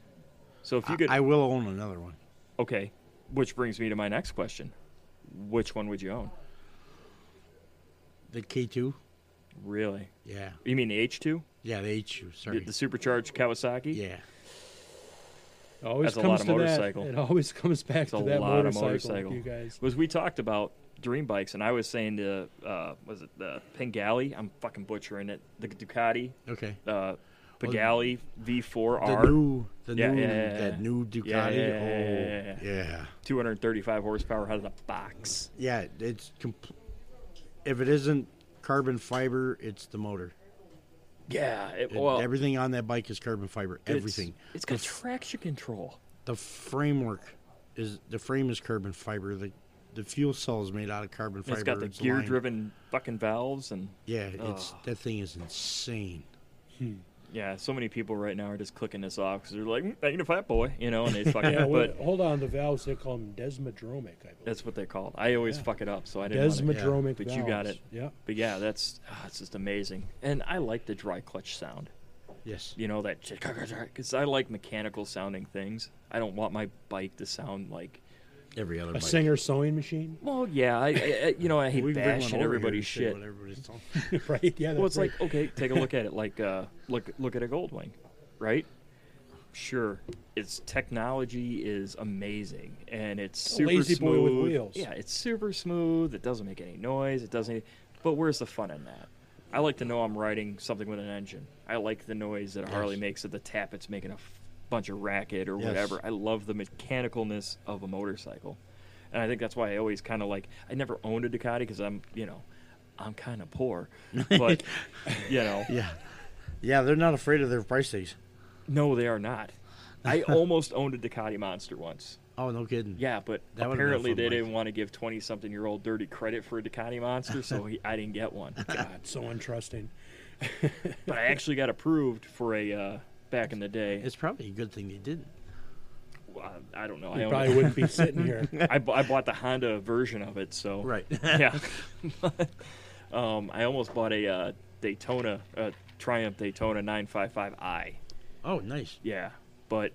So if you
I-
could,
I will own another one.
okay, which brings me to my next question: Which one would you own?
The K2.
Really?
Yeah.
You mean the H two,
Yeah, the H2.
the,
Sorry.
the supercharged Kawasaki?
yeah.
It always
That's a
comes
lot of
to
motorcycle.
That. It always comes back
It's
to
a
that
lot of
motorcycle,
motorcycle.
You guys.
Was we talked about dream bikes, and I was saying to uh, was it the Pangali? I'm fucking butchering it. The Ducati,
Okay.
uh, Pangali
The
V4R,
new, the
Yeah,
new,
yeah, yeah, yeah.
that new Ducati.
Yeah, yeah, yeah, yeah,
oh, yeah.
235 horsepower out of the box.
Yeah, it's compl- if it isn't carbon fiber, it's the motor.
Yeah, it,
It-
well,
everything on that bike is carbon fiber.
it's-
Everything.
it's
the,
got
f-
traction control.
the framework is the frame is carbon fiber. The the fuel cell is made out of carbon
And
fiber.
it's got the
It's
gear
lined.
driven fucking valves and
Yeah, it's
Ugh.
that thing is insane.
yeah. So many people right now are just clicking this off because they're like, "Mm, "That ain't a fat boy," you know, and they fucking.
Yeah,
but
but, hold on. The valves they call them desmodromic. I believe.
that's what they call it. I always fuck it up, so I didn't. want to-
Desmodromic
But you got
valves.
it.
Yeah.
But yeah, that's ah, it's just amazing. And I like the dry clutch sound.
Yes.
You know that because I like mechanical sounding things. I don't want my bike to sound like.
Every other
A
bike.
singer sewing machine,
Well, yeah, I, I I- you know I hate
We can bring one over
bashing
here
everybody's
and see
shit.
what everybody's talking-
right? Yeah.
Well,
that's
it's like okay, take a look at it. Like uh, look look at a Goldwing, right? Sure, its technology is amazing, and it's
a
super
lazy boy with
smooth.
wheels.
Yeah, it's super smooth. It doesn't make any noise. It doesn't. But where's the fun in that? I like to know I'm riding something with an engine. I like the noise that a Harley
Yes.
makes at the tap. It's making a f- bunch of racket or
Yes.
whatever. I love the mechanicalness of a motorcycle, and I think that's why I always kind of like. I never owned a Ducati because I'm, you know, I'm kind of poor, but you know,
Yeah. Yeah, they're not afraid of their price tags.
no, they are not. I almost owned a Ducati Monster once.
Oh, no kidding.
Yeah, but
That would've been a
apparently
fun
they
bike.
didn't want to give twenty-something-year-old dirty credit for a Ducati Monster, so he, I didn't get one.
God, so untrusting.
But I actually got approved for a uh, back in the day.
It's probably a good thing they didn't.
uh, I don't know. I,
You
owned it.
probably wouldn't be sitting here.
I, bu- I bought the Honda version of it, so
Right.
yeah. um, I almost bought a uh, Daytona, uh, Triumph Daytona 955i.
oh, nice.
Yeah, but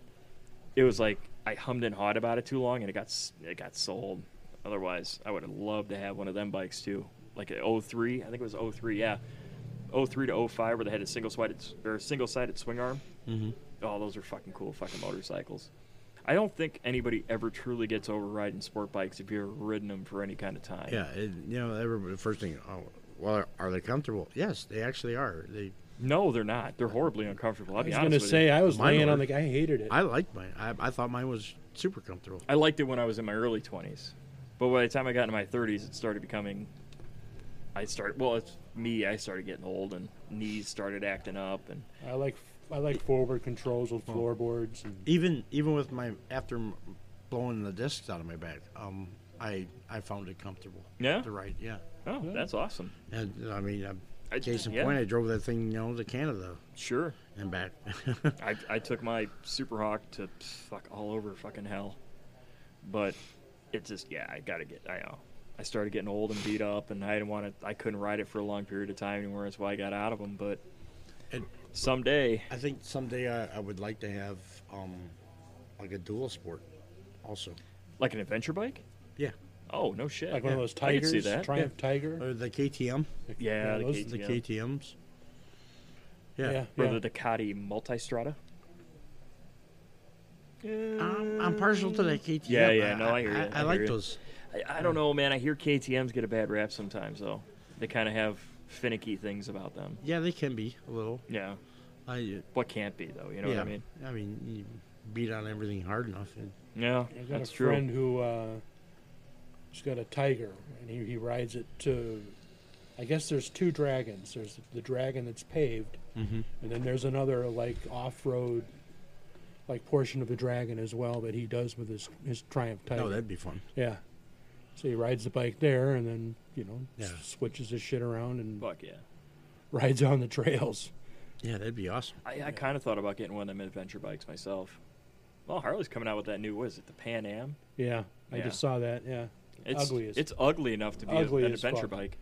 it was like I hummed and hawed about it too long, and it got s- it got sold. Otherwise, I would have loved to have one of them bikes too, like an 03. I think it was 03. Yeah, 03 to 05, where they had a single sided or single sided swing arm. Mm-hmm. Oh, those are fucking cool, fucking motorcycles. I don't think anybody ever truly gets over riding sport bikes if you've ever ridden them for any kind of time.
Yeah, it, you know, everybody, first thing, oh, well, are they comfortable? Yes, they actually are. They,
No, they're not. They're horribly uncomfortable. I'll
I
be
was
honest
gonna
with
say
you.
I was
Mine
laying on
were.
the. I hated it.
I liked mine. I, I thought mine was super comfortable.
I liked it when I was in my early 20s. But by the time I got into my 30s, it started becoming. I started. Well, it's me. I started getting old and knees started acting up. And
I like. I like forward controls with floorboards. And,
Even, even with my after m- blowing the discs out of my back, um, I, I found it comfortable.
Yeah?
To ride, yeah.
oh, that's awesome.
And I mean, I,
I,
Case in
yeah,
point, I drove that thing, you know, to Canada
Sure.
and back.
I, I took my Super Hawk to fuck all over fucking hell. But it just yeah, I gotta get I know. I started getting old and beat up, and I didn't want to. I couldn't ride it for a long period of time anymore. That's why I got out of them. But
And-
someday,
I think someday I, I would like to have um, like a dual sport, also.
like an adventure bike.
Yeah,
Oh no shit!
Like one of
Yeah,
those
I could
tigers,
see that.
Triumph Tiger.
or the KTM,
Yeah,
Yeah,
the,
those-
KTM.
the KTM's. Yeah,
Yeah,
or
yeah.
the Ducati Multistrada.
I'm, I'm partial to that KTM.
Yeah, yeah, no, I hear you,
I,
I hear
like
you.
those.
I, I don't know, man. I hear KTM's get a bad rap sometimes, though. They kind of have finicky things about them.
Yeah, they can be a little.
Yeah,
I,
what can't be though? You know
yeah,
what I mean?
I mean, you beat on everything hard enough. And,
Yeah,
I got
that's
a
true.
friend who uh, has got a tiger, and he, he rides it to. I guess there's two dragons. There's the dragon that's paved,
Mm-hmm.
and then there's another like off-road, like portion of the dragon as well that he does with his his Triumph Tiger.
Oh,
no, Oh, that'd be fun.
yeah. So he rides the bike there, and then you know
Yeah.
s- switches his shit around and
Fuck yeah.
rides on the trails.
Yeah, that'd be awesome.
I, I kind of thought about getting one of them adventure bikes myself. Well, Harley's coming out with that new. What is it? The Pan Am.
Yeah, I
Yeah.
just saw that. Yeah,
It's
ugly as
it's ugly enough to be a-
Ugly
an
as
adventure
fuck.
bike.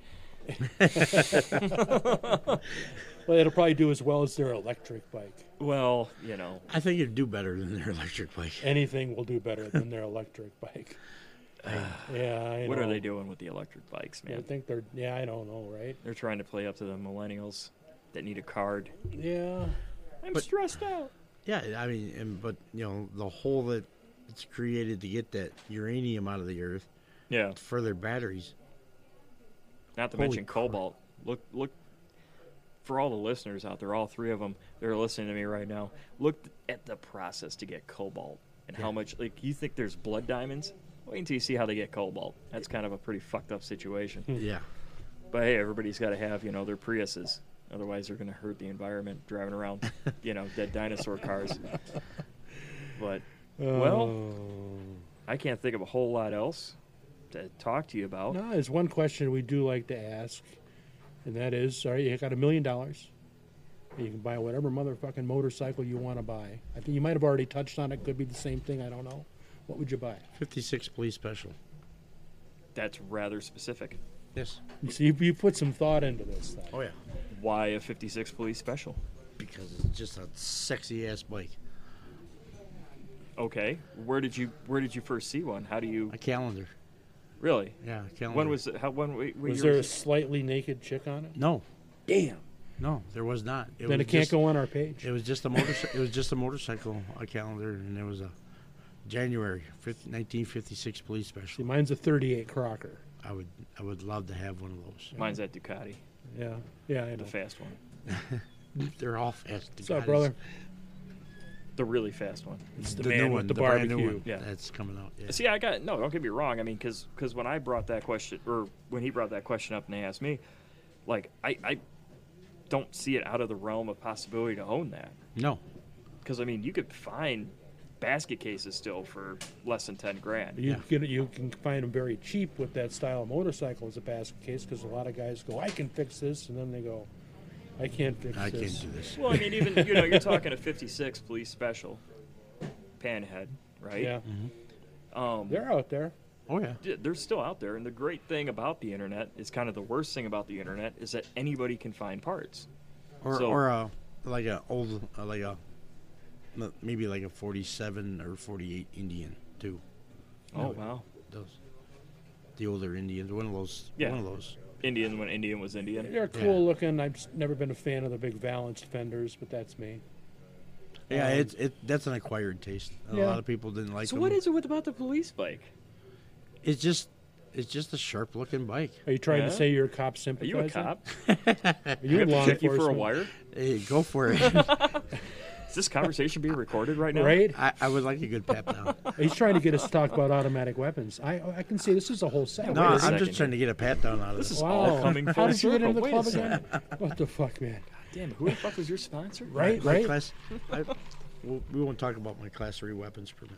well, it'll probably do as well as their electric bike.
Well, you know,
I think it'd do better than their electric bike.
anything will do better than their electric bike. yeah, I
what are
know.
they doing with the electric bikes,
I
man?
think they're. Yeah, I don't know, right?
They're trying to play up to the millennials that need a card.
Yeah,
I'm stressed out.
Yeah, I mean, and but you know, the hole that it's created to get that uranium out of the earth
Yeah.
for their batteries.
Not to
Holy
mention cobalt. Look, look. For all the listeners out there, all three of them, they're listening to me right now. Look at the process to get cobalt and how much. Like, you think there's blood diamonds? Wait until you see how they get cobalt. That's kind of a pretty fucked up situation.
Yeah,
But hey, everybody's got to have you know their Priuses, otherwise they're going to hurt the environment driving around, you know, dead dinosaur cars. But well, I can't think of a whole lot else to talk to you about.
no, there's one question we do like to ask, and that is: All right, you got a million dollars. and You can buy whatever motherfucking motorcycle you want to buy. I think you might have already touched on it. Could be the same thing. I don't know. What would you buy?
fifty-six police special.
That's rather specific.
Yes.
You see, you put some thought into this. Thing.
Oh yeah,
Why a 56 police special?
because it's just a sexy ass bike.
Okay, where did you where did you first see one? How do you
A calendar.
really?
Yeah, a calendar.
When was it? How when wait, what
Was
year
there a
was
slightly naked chick on it?
No,
Damn.
no, there was not. It
Then
was
it can't
just-
go on our page.
It was just a motor. it was just a motorcycle, a calendar, and there was a January 50, 1956 police
See,
special.
mine's a 38 Crocker.
I would, I would love to have one of those.
it? Mine's at Ducati,
Yeah. Yeah, I know.
the fast one,
They're all fast.
What's up, brother?
the really fast one.
It's
The,
the,
new
man
one,
with the,
brand new
barbecue.
one
Yeah.
that's coming out. Yeah.
See, I got no. Don't get me wrong. I mean, because when I brought that question, or when he brought that question up and they asked me, like I, I don't see it out of the realm of possibility to own that.
No,
Because I mean, you could find basket cases still for less than ten grand.
You
Yeah.
can you can find them very cheap with that style of motorcycle as a basket case because a lot of guys go, I can fix this, and then they go, I can't fix
I
this.
can't do this.
Well, I mean, even you know, you're talking a '56 police special, panhead, right?
Yeah,
Mm-hmm.
Um,
they're out there.
Oh yeah.
Yeah, they're still out there. And the great thing about the internet is kind of the worst thing about the internet is that anybody can find parts.
Or
So-
or a like a old uh, like a no, maybe like a 47 or 48 Indian too.
Oh wow!
Those the older Indians. One of those.
Yeah.
One of those.
Indian when Indian was Indian.
They're cool looking. I've s- never been a fan of the big valenced fenders, but that's me.
Yeah,
Um,
it's it. That's an acquired taste. A
Yeah.
lot of people didn't like.
So
them.
what is it with about the police bike?
It's just it's just a sharp looking bike.
Are you trying
Yeah?
to say you're a cop
Are
sympathizer?
you a cop?
Are
We
you
have
law
to check you for a
enforcement?
wire.
Hey, Eh, go for it.
Is this conversation being recorded right now?
Right?
I, I would like a good pep now.
He's trying to get us to talk about automatic weapons. I I can see this is a whole set.
No,
Wait a
I'm
second.
just trying to get a pat down out of this.
This is all coming
How
full
did you get into
circle.
the
Wait a
club again?
second.
What the fuck, man?
Damn, who the fuck was your sponsor?
Right,
My
right.
class, I, we'll- we won't talk about my class three weapons permit.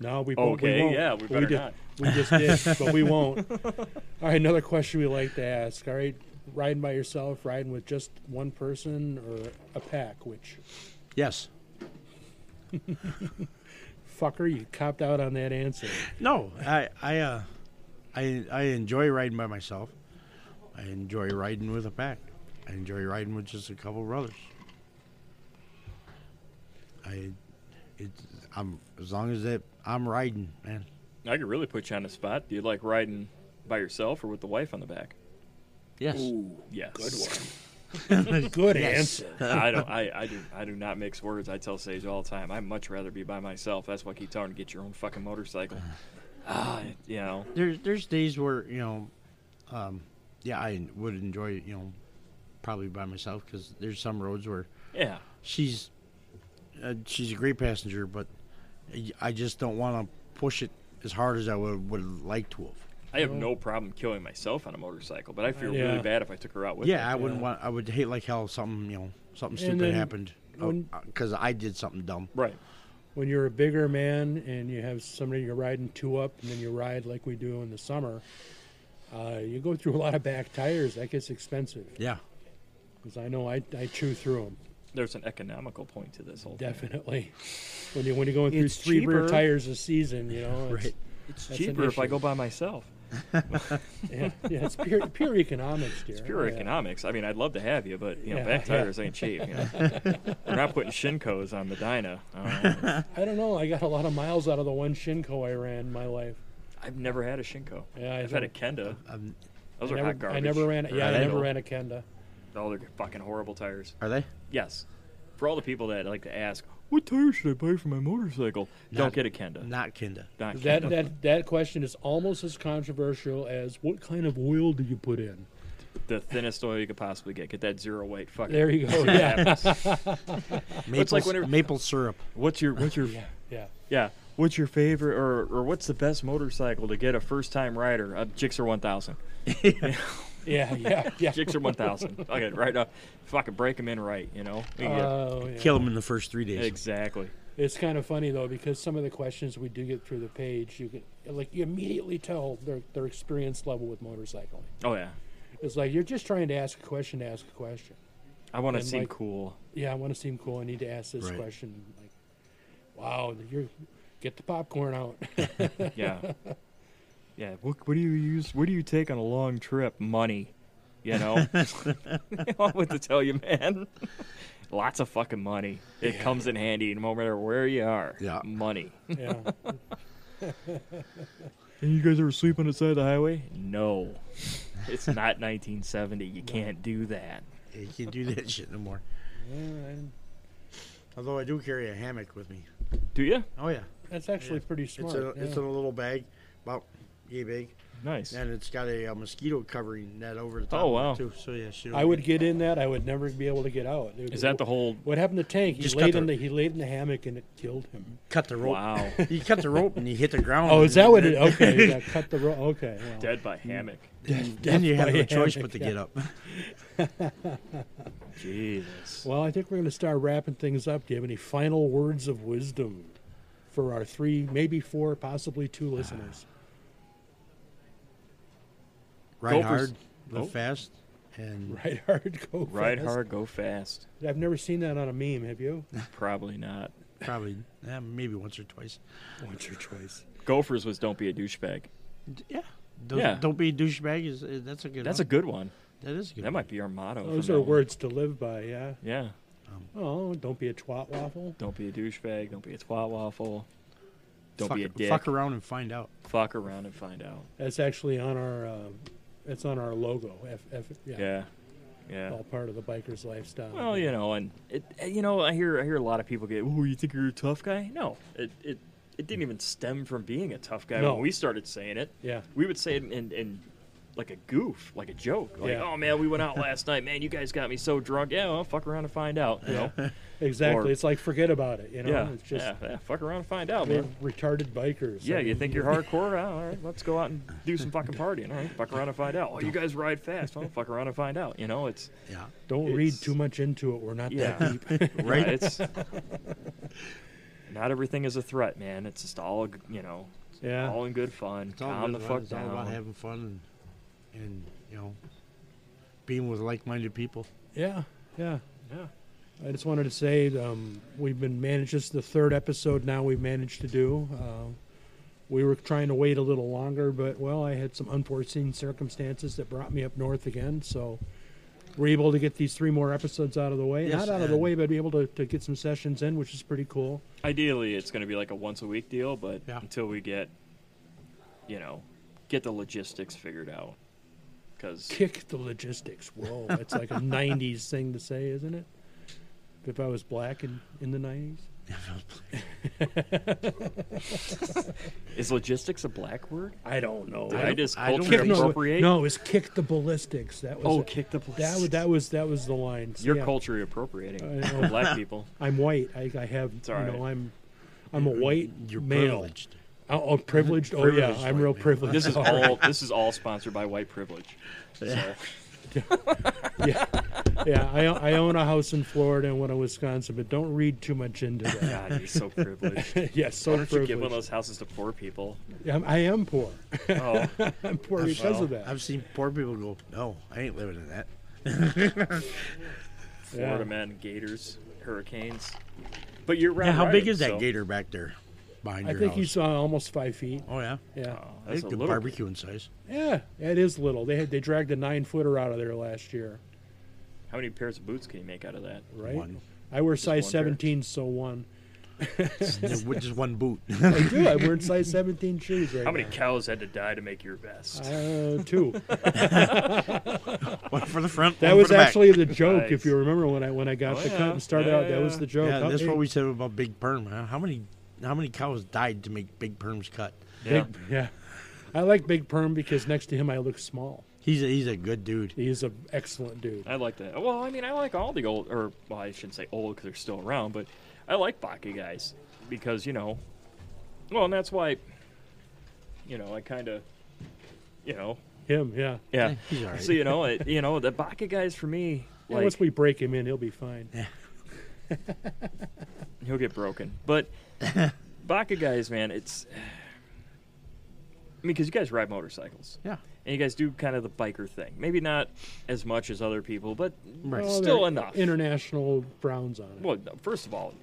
No, we won't.
Okay,
we won't.
yeah, we better
did-
not.
We just did, but we won't. All right, another question we like to ask. All right, riding by yourself, riding with just one person, or a pack? Which
Yes.
fucker, you copped out on that answer.
No, I I uh, I I enjoy riding by myself. I enjoy riding with a pack. I enjoy riding with just a couple brothers. I, it, I'm as long as that I'm riding, man.
I could really put you on the spot. Do you like riding by yourself or with the wife on the back?
Yes.
Yes. Good
Good
Yes.
answer.
one. I don't. I, I do. I do not mix words. I tell Sage all the time. I'd much rather be by myself. That's why I keep telling her to get your own fucking motorcycle.
Uh-huh.
Ah, you know.
There's there's days where you know, um, yeah, I would enjoy you know, probably by myself because there's some roads where
Yeah.
she's uh, she's a great passenger, but I- I just don't want to push it as hard as I would would like to have.
I have no problem killing myself on a motorcycle, but I feel
Yeah.
really bad if I took her out with
Yeah, I
me.
wouldn't want. I would hate like hell if something you know something
And
stupid
then
happened
when-
because I did something dumb.
Right.
When you're a bigger man and you have somebody you're riding two up, and then you ride like we do in the summer, uh, you go through a lot of back tires. That gets expensive
Yeah,
because I know I, I chew through them
There's an economical point to this whole thing.
definitely. When you when you're going through
It's
three rear
cheaper.
tires a season, you know, it's-
right.
It's
That's an
cheaper if I
issue.
go by myself.
Yeah, yeah, it's pure pure economics, dear. It's
Pure economics. I mean, I'd love to have you, but you know,
Yeah,
back
yeah.
tires ain't cheap. You know? We're not putting shinkos on the Dyna. Uh,
I don't know. I got a lot of miles out of the one Shinko I ran in my life.
I've never had a shinko.
Yeah, I
have had a
don't-
Kenda.
Um,
Those
I
are
never,
hot garbage.
I never ran.
They're
Yeah, I
not
never
good.
ran a Kenda.
Oh, they're fucking horrible tires.
Are they?
Yes. For all the people that like to ask, what tires should I buy for my motorcycle?
Not-
Don't get a Kenda.
Not Kinda.
Not
That
Kenda.
that that question is almost as controversial as what kind of oil do you put in?
the thinnest oil you could possibly get. Get that zero weight. Fuck it.
There you go. Yeah,
Maple,
like whenever-
maple syrup.
What's your what's your
yeah.
yeah? What's your favorite or or what's the best motorcycle to get a first time rider? A Gixxer 1000.
Yeah, yeah, yeah.
Gixxer 1000. Okay, right up. Fucking break them in right. You know. We can get-
Oh, yeah.
Kill them in the first three days.
exactly.
It's kind of funny though because some of the questions we do get through the page, you can like you immediately tell their their experience level with motorcycling.
Oh yeah.
It's like you're just trying to ask a question to ask a question.
I want to
And,
seem
like-
cool.
yeah, I want to seem cool. I need to ask this
Right.
question. Like, wow, you're get the popcorn out.
Yeah. yeah. What, what do you use? What do you take on a long trip? Money. You know. what to tell you, man? Lots of fucking money. It comes in handy no matter where you are.
Yeah.
Money.
yeah,
And you guys ever sleep on the side of the highway? No. It's not 1970. You can't do that.
You can't do that shit no more.
And
Although I do carry a hammock with me.
Do you?
Oh yeah,
that's actually pretty smart.
it's a it's in
yeah.
a little bag, about yay big,
Nice.
and it's got a, uh mosquito covering net over the top.
Oh,
of it,
wow.
too. So yeah, she
I would get in that. I would never be able to get out. It-
Is that the whole?
What happened to Tank? He
Just
laid
cut
in
the-
the he laid in the hammock and it killed him.
cut the rope.
Wow.
You cut the rope and you hit the ground.
Oh, is that what it?
and
Okay, yeah, cut the rope. Okay, well,
Dead by hammock.
Then you have
by
no choice
hammock,
but to
yeah.
get up.
Jesus.
well, I think we're going to start wrapping things up. Do you have any final words of wisdom for our three, maybe four, possibly two listeners?
Ride
for
hard,
s-
live
oh.
fast, and
Ride hard, go
Ride
fast.
hard, go fast.
I've never seen that on a meme. Have you?
Probably not.
probably eh, maybe once or twice.
What's your choice?
Gophers was don't be a douchebag.
D- Yeah. Don't,
Yeah.
don't be a douchebag. Is uh, that's a good.
That's a good one.
A, that is a good.
That
one.
might be our motto.
Those
from
are
now on.
words to live by, yeah.
Yeah.
Oh, don't be a twat waffle.
Don't be a douchebag. Don't be a twat waffle. Don't
fuck,
be a dick.
Fuck around and find out.
Fuck around and find out.
That's actually on our, um, that's on our logo. F, F, yeah,
Yeah. Yeah.
All part of the biker's lifestyle.
Well, you know, and it, eh, you know, I hear I hear a lot of people get, "Oh, you think you're a tough guy?" No, it it, it didn't even stem from being a tough guy
No.
when we started saying it.
Yeah.
we would say it in, in, in like a goof, like a joke, like,
Yeah.
"Oh man, we went out last night, man. You guys got me so drunk. Yeah, well, fuck around and find out." You know?
exactly.
or-
it's like forget about it. You know,
yeah,
it's just
yeah, yeah, fuck around and find out,
we're
man.
retarded bikers.
Yeah,
I
you
mean,
think you're hardcore? Ah, All right, let's go out and do some fucking partying. All right, fuck around and find out. Oh, you guys ride fast. Well, fuck around and find out. You know, it's
Yeah.
Don't read
it's-
too much into it. We're not that
Yeah.
deep.
right? It's not everything is a threat, man. It's just all g- you know,
Yeah.
all in good fun.
It's all,
Calm the
about-
fuck
it's all about
down.
having fun and, and you know being with like-minded people.
Yeah, yeah, yeah. I just wanted to say um, we've been managed. This is the third episode now we've managed to do. Uh, we were trying to wait a little longer, but well, I had some unforeseen circumstances that brought me up north again, so we're able to get these three more episodes out of the way.
Yes,
Not out of the
and-
way, but be able to, to get some sessions in, which is pretty cool.
Ideally, it's going to be like a once a week deal, but
Yeah.
until we get, you know, get the logistics figured out, because
Kick the logistics. Whoa, that's like a '90s thing to say, isn't it? If I was black in, in the '90s,
is logistics a black word?
I don't know.
Did
I
I,
don't-
just
I don't
culture
think so.
appropriate?
No, it was kick the ballistics. That was
Oh,
it.
kick the
That was
ballistics.
that was that was the line. So,
You're
yeah.
culture appropriating
I know.
the black people.
I'm white. I, I have
all
you
right.
know I'm I'm a white
You're
male.
privileged.
Oh, oh, privileged. Oh yeah,
Privileged
I'm
white
real
male.
privileged.
This is all. This is all sponsored by white privilege. So,
yeah, yeah. I, o- I own a house in Florida and one in Wisconsin, but don't read too much into that.
God, you're so privileged. Why
yes, so
don't you
privileged.
give one of those houses to poor people?
I'm, I am poor.
Oh,
I'm poor because of that.
I've seen poor people go, no, I ain't living in that.
Florida men, gators, hurricanes. But you're right.
Yeah, how big is that gator back there behind
I
your
think
house?
he's uh, almost five feet.
oh, yeah.
Yeah,
I
That's a
think the
little. bit.
barbecue in size.
yeah. It is little. They had they dragged a nine footer out of there last year,
How many pairs of boots can you make out of that?
right?
One.
I wear size
one pair?
17, so one.
With just one boot.
I do. I'm wearing size 17 shoes right
How many
now.
cows had to die to make your vest?
Uh, two.
one for the front.
That
one
was
for the back.
actually the joke,
Nice.
if you remember when I when I got
Oh,
the
yeah.
cut and started
Yeah,
out. That
yeah,
was
yeah.
the joke.
Yeah,
How-
that's
hey,
what we said about Big Perm. Huh? How many how many cows died to make Big Perm's cut?
Yeah.
Yeah, I like Big Perm because next to him I look small.
He's a, he's a good dude.
He's an excellent dude.
I like that. Well, I mean, I like all the old, or well, I shouldn't say old because they're still around, but I like Baki guys because you know, well, and that's why, you know, I kind of, you know,
Him, yeah.
yeah.
He's all right.
So you know, it, you know, the Baki guys for me,
Yeah,
like
once we break him in, he'll be fine.
he'll get broken, but Baka guys, man, it's, I mean, because you guys ride motorcycles.
yeah.
and you guys do kind of the biker thing. Maybe not as much as other people, but
Right.
Well,
still
they're
enough.
International Browns on it.
well, no, first of all,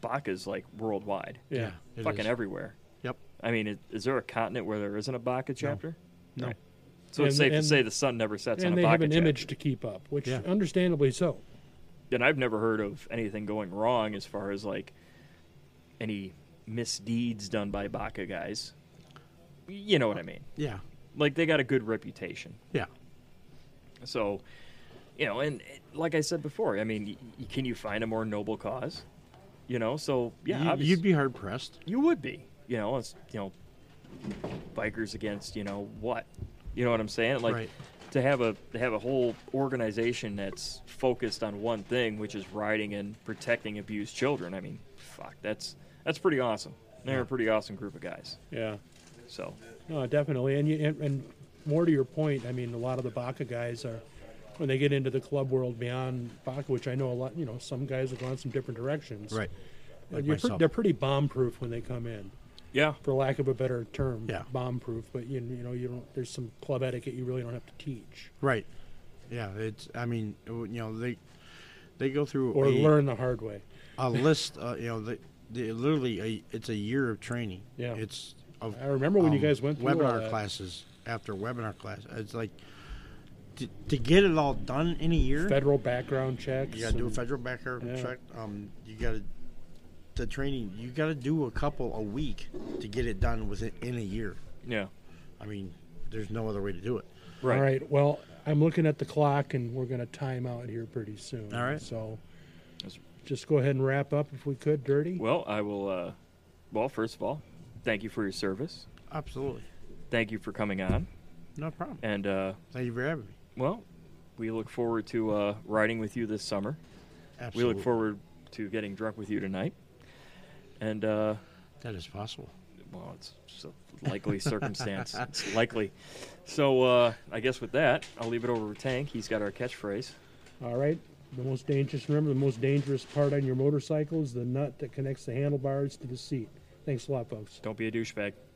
Baca's like worldwide,
yeah.
it
fucking
is.
everywhere.
Yep.
I mean, is, is there a continent where there isn't a Baca chapter?
No.
Right. So it's
And-
safe
and-
to say the sun never sets on
And
a
they
Baca
have an
chapter.
image to keep up, which
Yeah.
understandably so.
And I've never heard of anything going wrong as far as like any misdeeds done by Baca guys. You know what I mean?
Yeah.
Like they got a good reputation.
Yeah.
So, you know, and it- like I said before, I mean, y- y- can you find a more noble cause? You know, so yeah,
You,
obvious-
you'd be hard pressed.
you would be. You know, it's you know, bikers against you know what, you know what I'm saying? Like
Right.
to have a to have a whole organization that's focused on one thing, which is riding and protecting abused children. I mean, fuck, that's that's pretty awesome. They're a pretty awesome group of guys.
Yeah.
So
No, definitely. And, you, and and more to your point, I mean, a lot of the Baca guys are when they get into the club world beyond Baca, which I know a lot. You know, some guys have gone some different directions.
Right.
But
Like
you're pre-
myself.
they're pretty bomb-proof when they come in,
yeah,
for lack of a better term.
Yeah.
Bomb-proof, but you, you know, you don't. There's some club etiquette you really don't have to teach
Right. Yeah. It's. I mean, you know, they they go through
or
a,
learn the hard way.
a list. Uh, you know, they, they literally a, it's a year of training.
Yeah.
It's. Of, um,
I remember when you guys went through all
webinar
that.
classes after webinar class. It's like to, to get it all done in a year.
Federal background checks.
You gotta do a
and-
federal background
Yeah.
check. Um, you gotta the training. You gotta do a couple a week to get it done within in a year.
yeah,
I mean, there's no other way to do it.
right.
All right. Well, I'm looking at the clock, and we're going to time out here pretty soon.
All right.
So,
That's-
just go ahead and wrap up if we could, Dirty.
Well, I will. Uh, well, first of all, thank you for your service.
Absolutely,
Thank you for coming on,
no problem.
and uh,
Thank you for having me.
well, we look forward to uh, riding with you this summer.
Absolutely,
We look forward to getting drunk with you tonight, and uh,
That is possible.
well, it's just a likely circumstance. It's likely. So uh, I guess with that, I'll leave it over to Tank. He's got our catchphrase.
All right. The most dangerous, remember, the most dangerous part on your motorcycle is the nut that connects the handlebars to the seat. Thanks a lot, folks.
Don't be a douchebag.